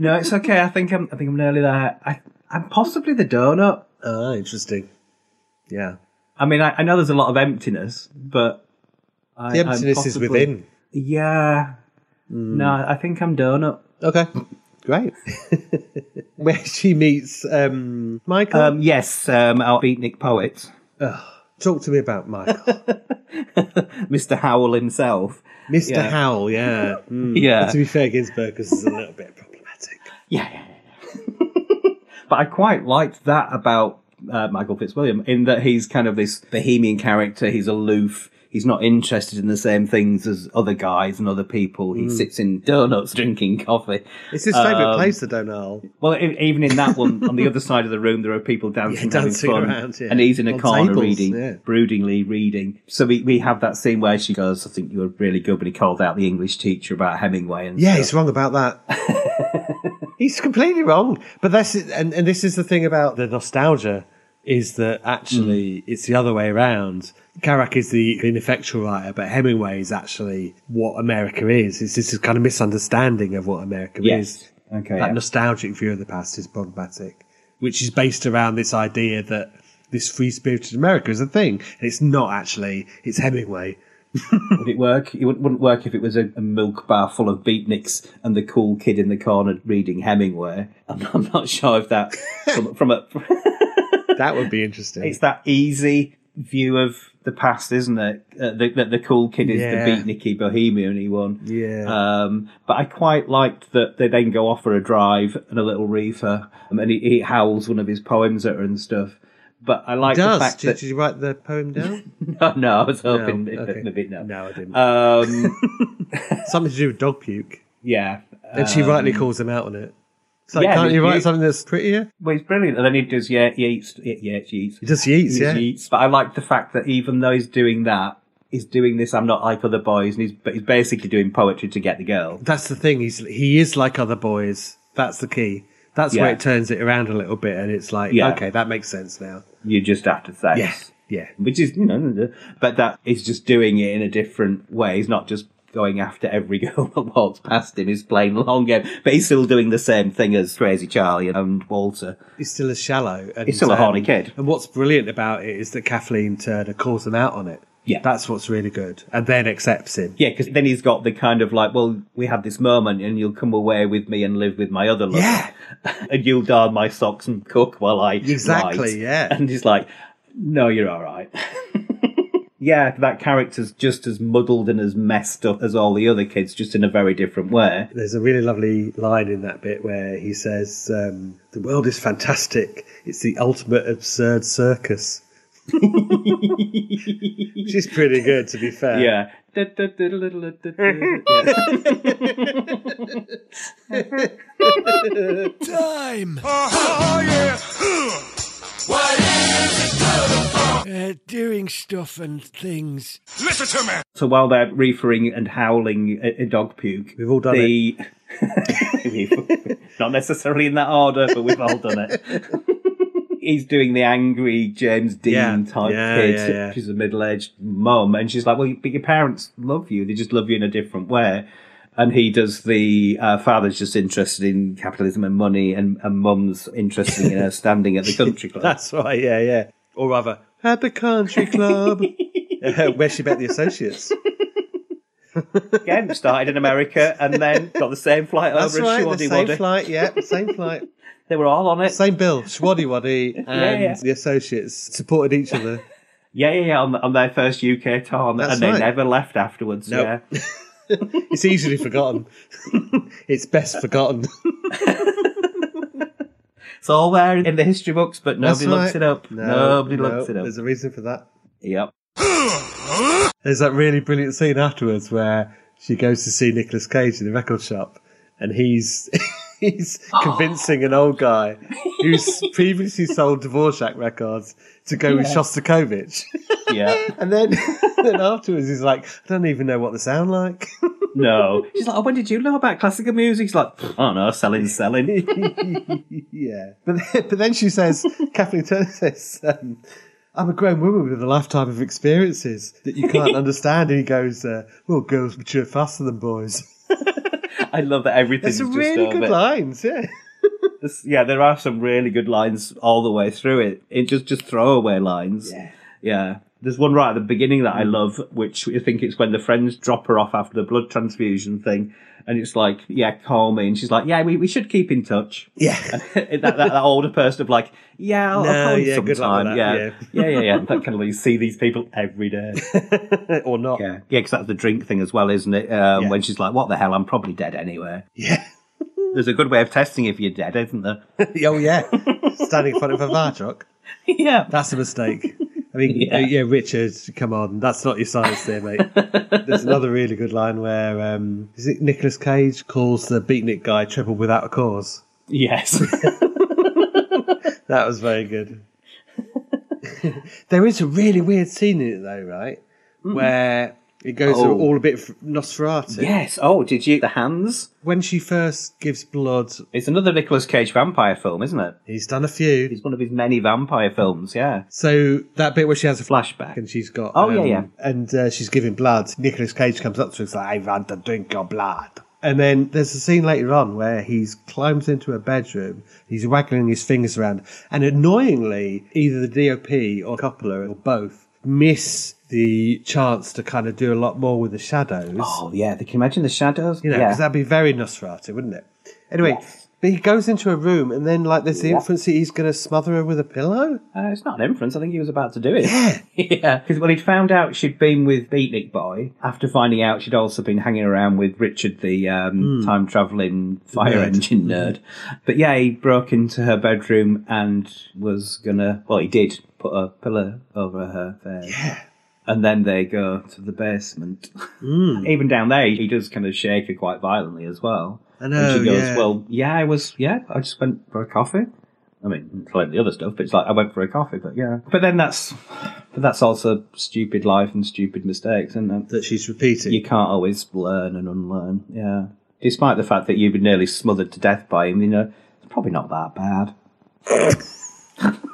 Speaker 10: no, it's okay. I think I'm. I think I'm nearly there. I, I'm possibly the donut.
Speaker 11: Ah, interesting. Yeah.
Speaker 10: I mean, I, I know there's a lot of emptiness, but I,
Speaker 11: The
Speaker 10: I'm
Speaker 11: emptiness is
Speaker 10: possibly-
Speaker 11: within.
Speaker 10: Yeah. No, I think I'm donut.
Speaker 11: Okay. [LAUGHS] great. Where she meets um, Michael.
Speaker 10: [LAUGHS] Um, yes, um, our beatnik poet. [LAUGHS]
Speaker 11: talk to me about [LAUGHS] Michael.
Speaker 10: Mr. Howell himself.
Speaker 11: Mr.
Speaker 10: Yeah.
Speaker 11: Howell, yeah. Mm.
Speaker 10: Yeah.
Speaker 11: But to be fair, Ginsberg is a little bit problematic.
Speaker 10: Yeah. yeah, yeah. [LAUGHS] but I quite liked that about uh, Michael Fitzwilliam in that he's kind of this bohemian character. He's aloof. He's not interested in the same things as other guys and other people. He
Speaker 11: Mm.
Speaker 10: sits in donuts drinking coffee.
Speaker 11: It's his favourite
Speaker 10: Um,
Speaker 11: place, the Donal.
Speaker 10: Well, e- even in that one,
Speaker 11: [LAUGHS]
Speaker 10: on the other side of the room, there are people dancing,
Speaker 11: Yeah, dancing
Speaker 10: having fun,
Speaker 11: around, yeah.
Speaker 10: and he's in a
Speaker 11: On
Speaker 10: corner
Speaker 11: tables,
Speaker 10: reading,
Speaker 11: yeah.
Speaker 10: broodingly reading. So we, we have that scene where she goes, "I think you were really good," when he called out the English teacher about Hemingway, and
Speaker 11: Yeah, he's wrong about that. [LAUGHS] he's completely wrong. But that's and, and this is the thing about Mm. the nostalgia is that actually it's the other way around. Kerouac is the ineffectual writer, but Hemingway is actually what America is. It's this kind of misunderstanding of what America
Speaker 10: Yes.
Speaker 11: is.
Speaker 10: Okay,
Speaker 11: That
Speaker 10: yeah.
Speaker 11: nostalgic view of the past is problematic, which is based around this idea that this free spirited America is a thing. And it's not actually, it's Hemingway.
Speaker 10: would it work? It wouldn't wouldn't work if it was a, a milk bar full of beatniks and the cool kid in the corner reading Hemingway. [LAUGHS] I'm, I'm not sure if that
Speaker 11: [LAUGHS]
Speaker 10: from, from a [LAUGHS]
Speaker 11: that would be interesting.
Speaker 10: It's that easy view of the past, isn't it? Uh, the, the, the cool kid is
Speaker 11: Yeah.
Speaker 10: the beatniky bohemian one.
Speaker 11: Yeah.
Speaker 10: Um, but I quite liked that they then go off for a drive and a little reefer, um, and he, he howls one of his poems at her and stuff. But I like the
Speaker 11: does.
Speaker 10: fact
Speaker 11: did,
Speaker 10: that
Speaker 11: did you write the poem down?
Speaker 10: [LAUGHS] no, no, I was hoping
Speaker 11: No,
Speaker 10: it
Speaker 11: okay.
Speaker 10: wouldn't have been no.
Speaker 11: I didn't.
Speaker 10: Um, [LAUGHS]
Speaker 11: something to do with dog puke.
Speaker 10: yeah,
Speaker 11: And she
Speaker 10: um,
Speaker 11: rightly calls him out on it. It's like,
Speaker 10: yeah,
Speaker 11: can't
Speaker 10: and
Speaker 11: you
Speaker 10: he-
Speaker 11: write something that's prettier?
Speaker 10: Well, he's brilliant. And then he does, yeah, he eats, yeah, yeah, she eats.
Speaker 11: He just eats,
Speaker 10: He
Speaker 11: yeah.
Speaker 10: just eats. But I like the fact that even though he's doing that, he's doing this. I'm not like other boys, and he's but he's basically doing poetry to get the girl.
Speaker 11: That's the thing. He's he is like other boys. That's the key. That's where
Speaker 10: Yeah.
Speaker 11: it turns it around a little bit, and it's like,
Speaker 10: Yeah.
Speaker 11: okay, that makes sense now.
Speaker 10: You just have to say,
Speaker 11: Yeah, yeah.
Speaker 10: which is you know, but that he's just doing it in a different way. He's not just going after every [LAUGHS] girl that walks past him. He's playing long game, but he's still doing the same thing as Crazy Charlie and Walter.
Speaker 11: He's still as shallow. And, um,
Speaker 10: He's still a horny kid.
Speaker 11: And what's brilliant about it is that Kathleen Turner calls him out on it.
Speaker 10: Yeah.
Speaker 11: that's what's really good, and then accepts him.
Speaker 10: Yeah, because then he's got the kind of like, well, we had this moment, and you'll come away with me and live with my other love.
Speaker 11: Yeah.
Speaker 10: and you'll darn my socks and cook while I
Speaker 11: Exactly,
Speaker 10: write.
Speaker 11: yeah.
Speaker 10: And he's like, no, you're all right. [LAUGHS] yeah, that character's just as muddled and as messed up as all the other kids, just in a very different way.
Speaker 11: There's a really lovely line in that bit where he says, um, "The world is fantastic. It's the ultimate absurd circus." Which is pretty good, to be fair.
Speaker 10: Yeah.
Speaker 12: [LAUGHS] Time. Oh, yeah. What is it uh, doing stuff and things. Listen to me.
Speaker 10: So while they're reefering and howling a, a dog puke,
Speaker 11: We've all done
Speaker 10: the... [LAUGHS]
Speaker 11: [LAUGHS]
Speaker 10: it. Not necessarily in that order, but we've all done it. He's doing the angry James Dean
Speaker 11: Yeah,
Speaker 10: type
Speaker 11: yeah,
Speaker 10: kid.
Speaker 11: yeah, yeah.
Speaker 10: She's a middle aged mum, and she's like, "Well, but your parents love you. They just love you in a different way." And he does the uh, father's just interested in capitalism and money, and, and mum's interested
Speaker 11: [LAUGHS]
Speaker 10: in her standing at the country club.
Speaker 11: That's right, yeah, yeah. Or rather, at the country [LAUGHS] club, uh, where she met the associates.
Speaker 10: Again, started in America and then got the same flight
Speaker 11: That's
Speaker 10: over
Speaker 11: right,
Speaker 10: as
Speaker 11: the
Speaker 10: Shawnee
Speaker 11: same flight, yeah, same flight.
Speaker 10: They were all on it.
Speaker 11: Same bill, Schwaddy Waddy and
Speaker 10: yeah.
Speaker 11: the associates supported each other.
Speaker 10: Yeah, yeah, yeah, on, on their first UK tour, and,
Speaker 11: That's
Speaker 10: and they
Speaker 11: right.
Speaker 10: never left afterwards.
Speaker 11: Nope.
Speaker 10: Yeah,
Speaker 11: It's easily [LAUGHS] forgotten. it's best forgotten.
Speaker 10: it's all there in the history books, but
Speaker 11: That's
Speaker 10: nobody looks
Speaker 11: right.
Speaker 10: it up.
Speaker 11: No,
Speaker 10: nobody
Speaker 11: no,
Speaker 10: looks it up.
Speaker 11: There's a reason for that.
Speaker 10: Yep.
Speaker 11: There's that really brilliant scene afterwards where she goes to see Nicolas Cage in the record shop and he's [LAUGHS] he's convincing an old guy who's previously sold Dvorak records to go with Shostakovich. [LAUGHS]
Speaker 10: Yeah.
Speaker 11: And then [LAUGHS] then afterwards he's like, I don't even know what they sound like. [LAUGHS]
Speaker 10: [LAUGHS] No. She's like, oh, when did you know about classical music? He's like, I don't know, selling, selling. [LAUGHS]
Speaker 11: yeah. But then, but [LAUGHS] then she says, Kathleen Turner says, um, I'm a grown woman with a lifetime of experiences that you can't understand. And he goes, uh, well, girls mature faster than boys.
Speaker 10: I love that everything's
Speaker 11: There's some
Speaker 10: just
Speaker 11: really
Speaker 10: a
Speaker 11: good
Speaker 10: bit-
Speaker 11: lines, yeah.
Speaker 10: This- Yeah, there are some really good lines all the way through it. It just just throwaway lines. Yeah. There's one right at the beginning that I
Speaker 11: Mm-hmm.
Speaker 10: love, which I think it's when the friends drop her off after the blood transfusion thing, and it's like, yeah, call me, and she's like, yeah, we, we should keep in touch. [LAUGHS]
Speaker 11: Yeah,
Speaker 10: that, that, that older person of like, yeah, I'll,
Speaker 11: No,
Speaker 10: I'll call you
Speaker 11: yeah, good luck with
Speaker 10: sometime.
Speaker 11: that,
Speaker 10: Yeah.
Speaker 11: yeah.
Speaker 10: yeah, yeah, yeah, That kind of you see these people every day,
Speaker 11: [LAUGHS] or not.
Speaker 10: Yeah, yeah, because that's the drink thing as well, isn't it? Um, When she's like, what the hell, I'm probably dead anyway.
Speaker 11: Yeah.
Speaker 10: There's a good way of testing if you're dead, isn't there?
Speaker 11: [LAUGHS]
Speaker 10: [LAUGHS]
Speaker 11: oh yeah, standing in front of a fire truck.
Speaker 10: Yeah,
Speaker 11: that's a mistake. I mean, [LAUGHS] yeah. yeah, Richard, come on, that's not your science there, mate. There's another really good line where um, is it Nicolas Cage calls the beatnik guy triple without a cause.
Speaker 10: Yes,
Speaker 11: that was very good. [LAUGHS] there is a really weird scene in it though, right? Where it goes
Speaker 10: Oh.
Speaker 11: all a bit f- Nosferatu.
Speaker 10: [LAUGHS] Yes. Oh, did you the hands?
Speaker 11: When she first gives blood,
Speaker 10: it's another Nicolas Cage vampire film, isn't it?
Speaker 11: He's done a few.
Speaker 10: He's one of his many vampire films. Yeah.
Speaker 11: So that bit where she has a
Speaker 10: flashback
Speaker 11: and she's got
Speaker 10: Oh, yeah, yeah.
Speaker 11: and uh, she's giving blood. Nicolas Cage comes up to her and like, "I want to drink your blood." And then there's a scene later on where he's climbs into a bedroom. He's waggling his fingers around, and annoyingly, either the DOP or Coppola or both miss the chance to kind of do a lot more with the shadows.
Speaker 10: Oh yeah, they can imagine the shadows.
Speaker 11: You know,
Speaker 10: yeah.
Speaker 11: because that'd be very Nosferatu, wouldn't it? Anyway, but he goes into a room, and then like there's the
Speaker 10: Yeah.
Speaker 11: inference that he's going to smother her with a pillow.
Speaker 10: Uh, it's not an inference. I think he was about to do it. Yeah. [LAUGHS] yeah. Because well, he'd found out she'd been with Beatnik Boy after finding out she'd also been hanging around with Richard, the um,
Speaker 11: Hmm.
Speaker 10: time traveling fire
Speaker 11: nerd.
Speaker 10: engine nerd. Mm-hmm. But yeah, he broke into her bedroom and was gonna. Well, he did put a pillow over her face. Yeah. And then they go to the basement.
Speaker 11: Hmm.
Speaker 10: [LAUGHS] Even down there, he does kind of shake her quite violently as well.
Speaker 11: I know,
Speaker 10: and she goes,
Speaker 11: yeah.
Speaker 10: "Well, yeah, I was. Yeah, I just went for a coffee. I mean, like the other stuff, but it's like I went for a coffee. But yeah, but then that's, but that's also stupid life and stupid mistakes, isn't it?
Speaker 11: That she's repeating.
Speaker 10: You can't always learn and unlearn. Yeah, despite the fact that you've been nearly smothered to death by him, you know, it's probably not that
Speaker 11: [LAUGHS]
Speaker 10: bad. [LAUGHS]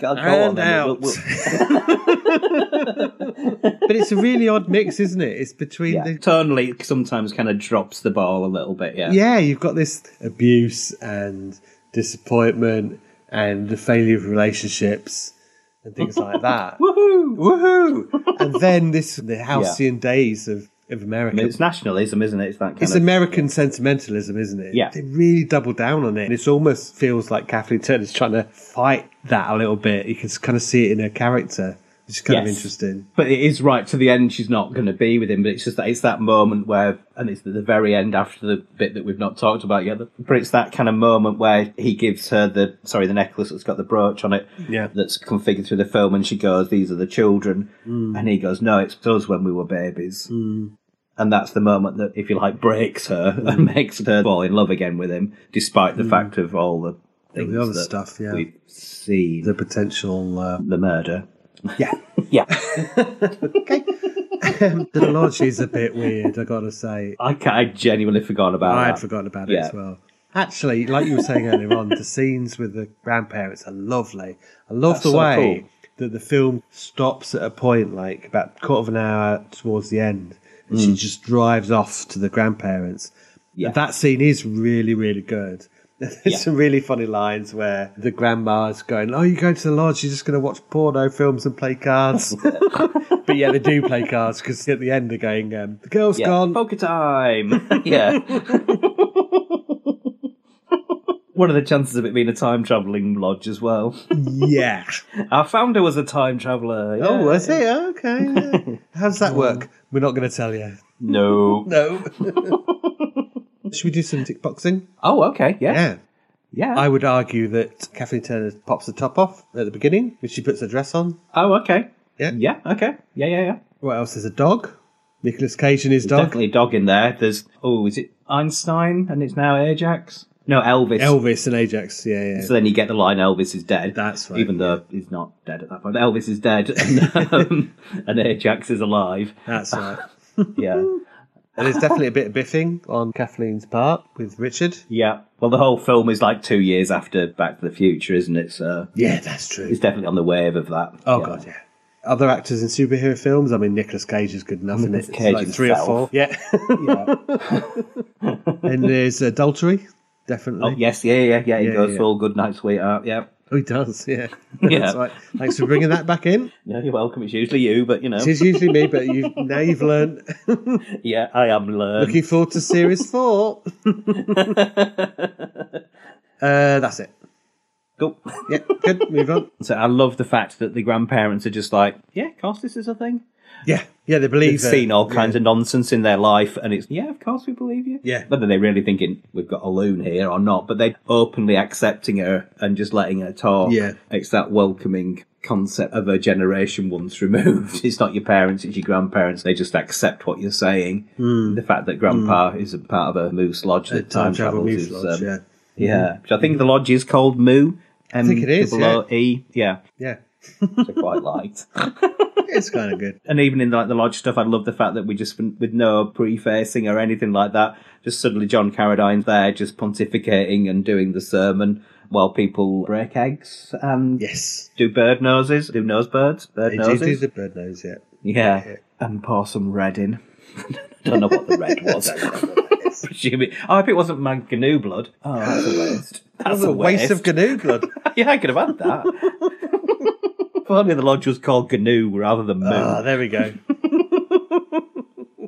Speaker 10: Go, go on,
Speaker 11: And
Speaker 10: then.
Speaker 11: out.
Speaker 10: We'll- [LAUGHS] we'll-
Speaker 11: but it's a really odd mix, isn't it? It's between
Speaker 10: yeah.
Speaker 11: the
Speaker 10: Tonally sometimes kind of drops the ball a little bit. Yeah.
Speaker 11: yeah. you've got this abuse and disappointment and the failure of relationships and things
Speaker 10: [LAUGHS]
Speaker 11: like that.
Speaker 10: woohoo,
Speaker 11: woohoo! and then this the halcyon days of of
Speaker 10: I
Speaker 11: America.
Speaker 10: mean, it's nationalism, isn't it? It's that kind
Speaker 11: It's
Speaker 10: of
Speaker 11: American sentimentalism, isn't it?
Speaker 10: Yeah.
Speaker 11: They really double down on it. And it almost feels like Kathleen Turner's trying to fight that a little bit. You can kind of see it in her character, which is kind of
Speaker 10: Yes.
Speaker 11: interesting.
Speaker 10: But it is right to the end. She's not going to be with him. But it's just that it's that moment where, and it's at the very end after the bit that we've not talked about yet. But it's that kind of moment where he gives her the sorry, the necklace that's got the brooch on it.
Speaker 11: Yeah.
Speaker 10: that's configured through the film, and she goes, "These are the children,"
Speaker 11: Mm.
Speaker 10: and he goes, "No, it's us when we were babies."
Speaker 11: Mm.
Speaker 10: And that's the moment that, if you like, breaks her [LAUGHS] and makes her fall in love again with him, despite the
Speaker 11: Mm.
Speaker 10: fact of all the things
Speaker 11: the other
Speaker 10: that
Speaker 11: stuff, yeah.
Speaker 10: we've seen,
Speaker 11: the potential, uh,
Speaker 10: the murder.
Speaker 11: Yeah.
Speaker 10: Yeah.
Speaker 11: the lodge is a bit weird, I gotta say.
Speaker 10: I, ca- I genuinely forgot about
Speaker 11: I
Speaker 10: that.
Speaker 11: had forgotten about it
Speaker 10: Uh, Yeah.
Speaker 11: as well. Actually, like you were saying earlier on, the scenes with the grandparents are lovely. I love
Speaker 10: That's
Speaker 11: the
Speaker 10: so
Speaker 11: way
Speaker 10: cool.
Speaker 11: that the film stops at a point, like about quarter of an hour towards the end, and she
Speaker 10: Mm.
Speaker 11: just drives off to the grandparents.
Speaker 10: Yeah.
Speaker 11: And that scene is really, really good. [LAUGHS] There's
Speaker 10: Yeah.
Speaker 11: some really funny lines where the grandma's going, "Oh, you go to the lodge? You're just going to watch porno films and play
Speaker 10: [LAUGHS]
Speaker 11: cards." but yeah, they do play cards because at the end they're going, um, "The girl's
Speaker 10: Yeah. Oh,
Speaker 11: gone." [LAUGHS]
Speaker 10: Poker time. yeah. What are the chances of it being a time traveling lodge as well? [LAUGHS]
Speaker 11: Yeah.
Speaker 10: Our founder was a time traveler.
Speaker 11: [LAUGHS] Oh, was it? Oh, Okay. [LAUGHS] yeah. How does that work? We're not going to tell you.
Speaker 10: No.
Speaker 11: No. [LAUGHS] Should we do some tick boxing?
Speaker 10: Oh, okay. Yeah.
Speaker 11: Yeah.
Speaker 10: Yeah.
Speaker 11: I would argue that Kathleen Turner pops the top off at the beginning when she puts her dress on.
Speaker 10: Oh, okay.
Speaker 11: Yeah.
Speaker 10: Yeah. Okay. Yeah. Yeah. Yeah.
Speaker 11: What else? There's a dog. Nicholas Cage and his
Speaker 10: There's
Speaker 11: dog.
Speaker 10: definitely a dog in there. There's oh, is it Einstein? And it's now Ajax. No, Elvis.
Speaker 11: Elvis and Ajax. Yeah, yeah.
Speaker 10: So then you get the line Elvis is dead.
Speaker 11: That's right,
Speaker 10: Even though he's not dead at that point. Elvis is dead [LAUGHS] and, um, and Ajax is alive.
Speaker 11: That's right.
Speaker 10: Yeah.
Speaker 11: And there's definitely a bit of biffing on Kathleen's part with Richard.
Speaker 10: Yeah. Well, the whole film is like two years after Back to the Future, isn't it? So
Speaker 11: Yeah, that's true.
Speaker 10: it's definitely on the wave of that.
Speaker 11: Oh god, yeah. Other actors in superhero films. I mean, Nicolas Cage is good enough in it.
Speaker 10: Nicolas
Speaker 11: It's
Speaker 10: Cage
Speaker 11: like three or four.
Speaker 10: himself.
Speaker 11: Yeah. [LAUGHS] and there's uh, adultery, definitely.
Speaker 10: Oh yes, yeah, yeah, yeah. He
Speaker 11: Yeah,
Speaker 10: goes
Speaker 11: yeah.
Speaker 10: for all good night, sweetheart. Yeah.
Speaker 11: Oh, he does. Yeah. [LAUGHS]
Speaker 10: Yeah.
Speaker 11: That's right. Thanks for bringing that back
Speaker 10: [LAUGHS]
Speaker 11: in.
Speaker 10: No, you're welcome. It's usually you, but you know.
Speaker 11: It is usually me, but you now you've
Speaker 10: [LAUGHS]
Speaker 11: learned.
Speaker 10: Um, yeah, I am learned.
Speaker 11: Looking forward to series
Speaker 10: [LAUGHS]
Speaker 11: four. uh, that's it.
Speaker 10: Cool. [LAUGHS]
Speaker 11: Yeah, good. Move on.
Speaker 10: So I love the fact that the grandparents are just like, yeah, of course this is a thing.
Speaker 11: Yeah, yeah, they believe
Speaker 10: They've seen
Speaker 11: her.
Speaker 10: all kinds of nonsense in their life, and it's yeah, of course we believe you.
Speaker 11: Yeah.
Speaker 10: whether they're really thinking we've got a loon here or not, but they're openly accepting her and just letting her talk.
Speaker 11: Yeah.
Speaker 10: it's that welcoming concept of a generation once removed. [LAUGHS] it's not your parents; it's your grandparents. They just accept what you're saying.
Speaker 11: Hmm.
Speaker 10: The fact that Grandpa is a part of a moose lodge that time, travels
Speaker 11: moose
Speaker 10: is,
Speaker 11: lodge,
Speaker 10: um,
Speaker 11: yeah. Hmm.
Speaker 10: yeah. Which I think the lodge is called Moo. I
Speaker 11: think it is, yeah.
Speaker 10: E. Yeah,
Speaker 11: Yeah,
Speaker 10: which I quite [LAUGHS] liked.
Speaker 11: it's kind of good.
Speaker 10: and even in like the lodge stuff, I love the fact that we just with no prefacing or anything like that, just suddenly John Carradine's there, just pontificating and doing the sermon while people break eggs and
Speaker 11: Yes,
Speaker 10: do bird noses, do nose birds, bird
Speaker 11: they do
Speaker 10: noses,
Speaker 11: do the bird nose.
Speaker 10: [LAUGHS]
Speaker 11: Yeah,
Speaker 10: yeah, and pour some red in. [LAUGHS] Don't know what the
Speaker 11: [LAUGHS]
Speaker 10: red was. Presumably- I hope it wasn't my GNU blood. Oh,
Speaker 11: [GASPS]
Speaker 10: that's a waste. That's
Speaker 11: That's a waste of canoe blood.
Speaker 10: [LAUGHS] yeah, I could have had that. if only the lodge was called GNU rather than Moo.
Speaker 11: Ah, there we go.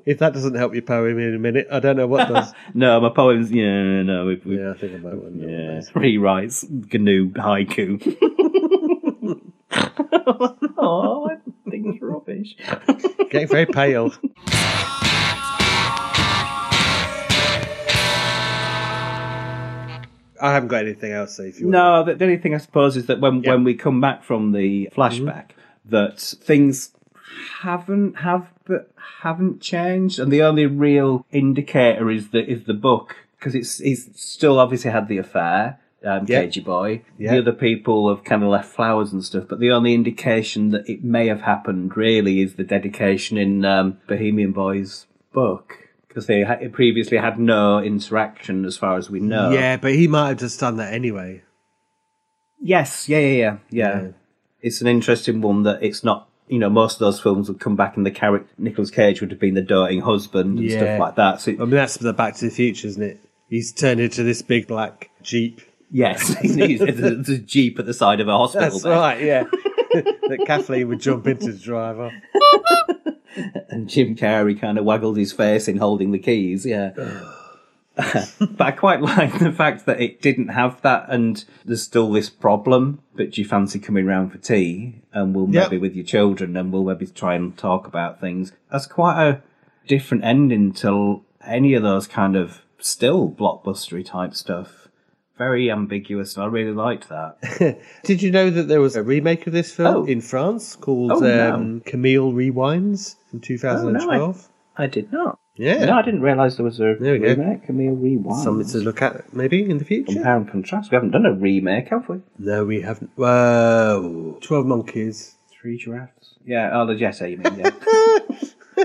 Speaker 11: if that doesn't help your poem in a minute, I don't know what does.
Speaker 10: no, my poems. Yeah, no, no, we've, we've
Speaker 11: yeah, I think I might want to know
Speaker 10: yeah.
Speaker 11: what
Speaker 10: [LAUGHS] rewrites GNU haiku. [LAUGHS] oh, I think it's rubbish. [LAUGHS]
Speaker 11: that is. Getting very pale. I haven't got anything else. So if you want.
Speaker 10: No, the, the only thing I suppose is that when when we come back from the
Speaker 11: Mm-hmm.
Speaker 10: flashback, that things haven't have but haven't changed, and the only real indicator is the is the book because it's he's still obviously had the affair. Um,
Speaker 11: Yeah.
Speaker 10: Cagey boy.
Speaker 11: Yeah.
Speaker 10: The other people have kind of left flowers and stuff, but the only indication that it may have happened really is the dedication in um, Bohemian Boy's book because they ha- previously had no interaction, as far as we know.
Speaker 11: Yeah, but he might have just done that anyway.
Speaker 10: Yes, yeah, yeah, yeah, yeah. It's an interesting one that it's not. You know, most of those films would come back, and the character Nicolas Cage would have been the doting husband and
Speaker 11: Yeah.
Speaker 10: stuff like that. So,
Speaker 11: I mean, that's the Back to the Future, isn't it? He's turned into this big black jeep.
Speaker 10: yes, [LAUGHS] there's a jeep at the side of a hospital.
Speaker 11: That's
Speaker 10: bed.
Speaker 11: right. Yeah, [LAUGHS] that Kathleen would jump into the driver.
Speaker 10: And Jim Carrey kind of waggled his face in holding the keys. Yeah. [LAUGHS] but I quite like the fact that it didn't have that, and there's still this problem. But do you fancy coming round for tea, and we'll
Speaker 11: Yep.
Speaker 10: maybe with your children, and we'll maybe try and talk about things. That's quite a different ending to any of those kind of still blockbustery type stuff. Very ambiguous, and I really liked that.
Speaker 11: Did you know that there was a remake of this film
Speaker 10: Oh.
Speaker 11: in France called
Speaker 10: Oh, no. Oh,
Speaker 11: um, Camille Rewinds from 2012?
Speaker 10: I did not.
Speaker 11: Yeah.
Speaker 10: No, I didn't realise there was a
Speaker 11: There we go.
Speaker 10: remake. Camille Rewind.
Speaker 11: Something to look at maybe in the future.
Speaker 10: Compare and contrast. We haven't done a remake, have we?
Speaker 11: No, we haven't. Whoa. 12 Monkeys.
Speaker 10: Three giraffes. Yeah, oh, the Jetta, you mean, yeah. [LAUGHS]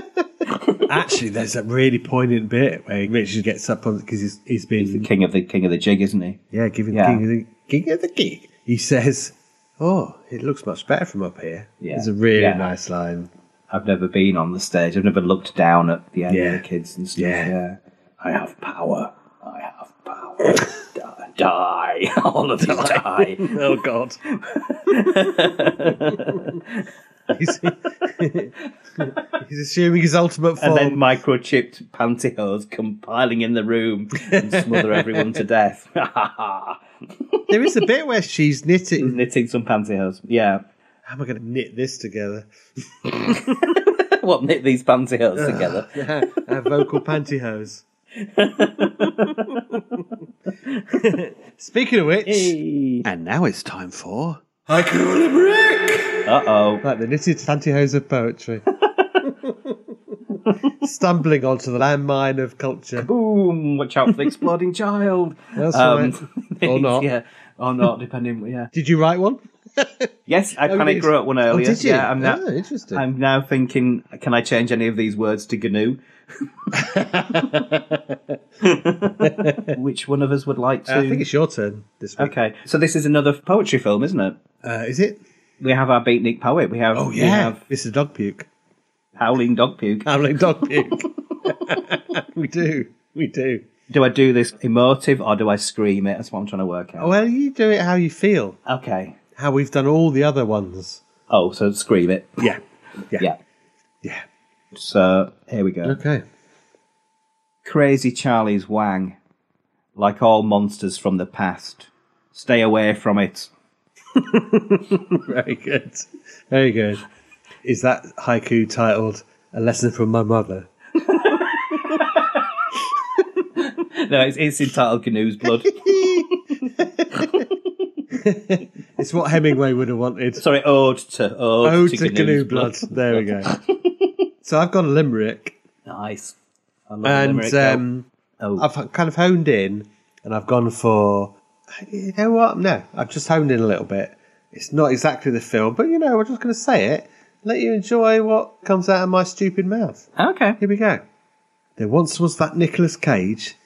Speaker 11: Actually, there's that really poignant bit where Richard gets up on because he's, he's been
Speaker 10: the king of the king of the jig, isn't he?
Speaker 11: Yeah, giving
Speaker 10: Yeah.
Speaker 11: the gig, the gig of the gig. He says, "Oh, it looks much better from up here."
Speaker 10: Yeah.
Speaker 11: it's a really
Speaker 10: Yeah.
Speaker 11: nice line.
Speaker 10: I've never been on the stage. I've never looked down at the end
Speaker 11: Yeah.
Speaker 10: of the kids and stuff.
Speaker 11: Yeah.
Speaker 10: Yeah. I have power. I have power. [LAUGHS] Die. die. [LAUGHS] All of you die.
Speaker 11: [LAUGHS]
Speaker 10: [LAUGHS]
Speaker 11: Oh God, [LAUGHS] he's, [LAUGHS] he's assuming his ultimate
Speaker 10: and
Speaker 11: form.
Speaker 10: then microchipped pantyhose come piling in the room and smother everyone to [LAUGHS] death.
Speaker 11: there is a bit where she's knitting.
Speaker 10: Knitting some pantyhose. Yeah. [LAUGHS]
Speaker 11: How am I going to knit this together?
Speaker 10: What, knit these pantyhose together?
Speaker 11: Yeah, a vocal pantyhose. [LAUGHS] Speaking of which, and now it's time for
Speaker 10: Uh oh.
Speaker 11: Like the knitted pantyhose of [LAUGHS] poetry. Stumbling onto the landmine of culture.
Speaker 10: boom, watch
Speaker 11: [LAUGHS]
Speaker 10: out for the exploding child. Um,
Speaker 11: That's
Speaker 10: [LAUGHS]
Speaker 11: right. Or not.
Speaker 10: Yeah, or not, depending. Yeah.
Speaker 11: Did you write one?
Speaker 10: Yes, I
Speaker 11: [LAUGHS] Oh,
Speaker 10: panic
Speaker 11: yes.
Speaker 10: wrote one
Speaker 11: Oh,
Speaker 10: earlier.
Speaker 11: did you?
Speaker 10: Yeah, I'm now,
Speaker 11: Oh, interesting.
Speaker 10: I'm now thinking, can I change any of these words
Speaker 11: [LAUGHS]
Speaker 10: to GNU? Which one of us would like to?
Speaker 11: Uh, I think it's your turn this week.
Speaker 10: okay, so this is another poetry film, isn't it?
Speaker 11: Uh, is it? Oh,
Speaker 10: We have our beatnik poet. We have we have
Speaker 11: Mr. Dog Puke.
Speaker 10: howling dog puke. [LAUGHS]
Speaker 11: [LAUGHS] Howling Dog Puke. we do. We do.
Speaker 10: Do I do this emotive or do I scream it? That's what I'm trying to work out.
Speaker 11: Well, you do it how you feel.
Speaker 10: Okay.
Speaker 11: How we've done all the other ones.
Speaker 10: Oh, so scream it.
Speaker 11: Yeah. Yeah.
Speaker 10: Yeah.
Speaker 11: Yeah.
Speaker 10: So here we go.
Speaker 11: Okay.
Speaker 10: Crazy Charlie's Wang. Like all monsters from the past. Stay away from it. [LAUGHS]
Speaker 11: Very good. Very good. Is that haiku titled A Lesson from My Mother?
Speaker 10: No, it's, it's entitled Canoe's
Speaker 11: [LAUGHS]
Speaker 10: Blood.
Speaker 11: It's what Hemingway would have wanted.
Speaker 10: Sorry, Ode to Ode,
Speaker 11: Ode
Speaker 10: to,
Speaker 11: to
Speaker 10: Canoe's
Speaker 11: Canoe Blood. There we go. so I've got a limerick.
Speaker 10: [LAUGHS] Nice. I love
Speaker 11: and
Speaker 10: Limerick, though.
Speaker 11: um,
Speaker 10: Oh. [LAUGHS]
Speaker 11: I've kind of honed in, and I've gone for you know what? No, I've just honed in a little bit. It's not exactly the film, but you know, we're just going to say it. Let you enjoy what comes out of my stupid mouth.
Speaker 10: Okay.
Speaker 11: Here we go. There once was that Nicolas Cage.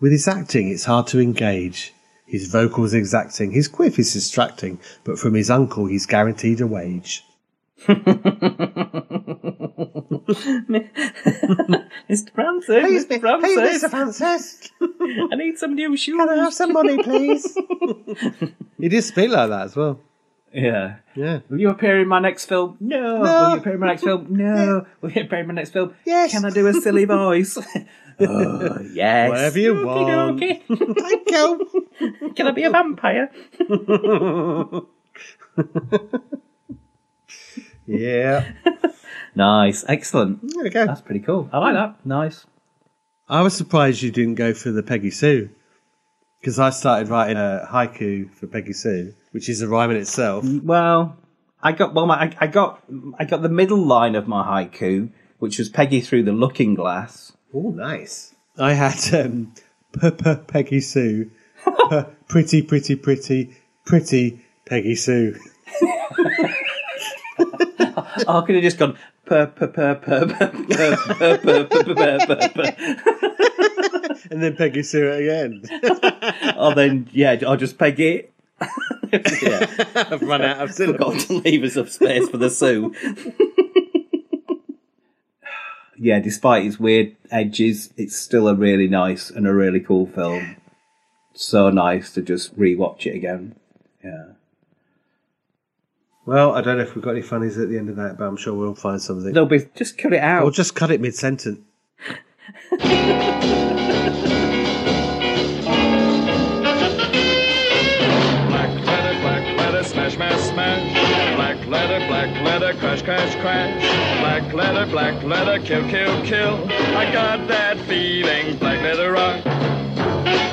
Speaker 11: With his acting, it's hard to engage. His vocals exacting, his quiff is distracting, but from his uncle, he's guaranteed a wage.
Speaker 10: Mr. Francis, Mr. Francis,
Speaker 11: Francis,
Speaker 10: I need some new shoes.
Speaker 11: can I have some money, please? he did speak like that as well.
Speaker 10: Yeah.
Speaker 11: Yeah.
Speaker 10: Will you appear in my next film? No.
Speaker 11: No.
Speaker 10: Will you appear in my next film?
Speaker 11: [LAUGHS]
Speaker 10: No. Will you appear in my next film?
Speaker 11: Yes. Uh,
Speaker 10: Can I do a
Speaker 11: [LAUGHS]
Speaker 10: silly voice? [LAUGHS] oh, yes.
Speaker 11: Whatever you want.
Speaker 10: Okey-dokey.
Speaker 11: Thank you.
Speaker 10: Can I be a vampire?
Speaker 11: [LAUGHS] Yeah.
Speaker 10: Nice. Excellent.
Speaker 11: There we go.
Speaker 10: That's pretty cool. I like that. Nice.
Speaker 11: I was surprised you didn't go for the Peggy Sue because I started writing a haiku for Peggy Sue, which is a rhyme in itself.
Speaker 10: Mm. Well, I got well. My, I, I got I got the middle line of my haiku, which was Peggy through the looking glass.
Speaker 11: Oh, nice. I had um, p- p- Peggy Sue, p- pretty, pretty, pretty, pretty Peggy Sue.
Speaker 10: [LAUGHS] Oh, I could have just gone per per per per per per [LAUGHS] per per per per per per.
Speaker 11: And then Peggy Sue at the
Speaker 10: Or then yeah, or just [LAUGHS] Peggy. yeah,
Speaker 11: end. I've run out of syllables.
Speaker 10: forgot to leave us of space for the Sue. yeah, despite its weird edges, it's still a really nice and a really cool film. So nice to just rewatch it again. Yeah.
Speaker 11: Well, I don't know if we've got any funnies at the end of that, but I'm sure we'll find something.
Speaker 10: They'll be just cut it out.
Speaker 11: We'll just cut it mid sentence.
Speaker 14: Black letter, black letter, smash, smash, smash. Black letter, black letter, crash, crash, crash. Black letter, black letter, kill, kill, kill. I got that feeling, black letter rock.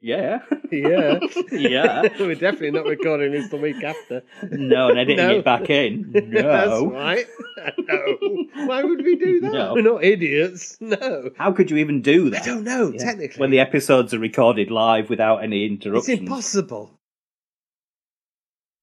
Speaker 10: Yeah.
Speaker 11: Yeah.
Speaker 10: [LAUGHS] yeah.
Speaker 11: [LAUGHS] We're definitely not recording this the week after.
Speaker 10: No, and editing
Speaker 11: No.
Speaker 10: it back
Speaker 11: [LAUGHS]
Speaker 10: in.
Speaker 11: That's
Speaker 10: No.
Speaker 11: right. [LAUGHS] No. Why would we do that?
Speaker 10: No.
Speaker 11: We're not idiots. No.
Speaker 10: How could you even do that?
Speaker 11: I don't know,
Speaker 10: Yeah.
Speaker 11: technically.
Speaker 10: When the episodes are recorded live without any
Speaker 11: it's
Speaker 10: interruptions.
Speaker 11: impossible.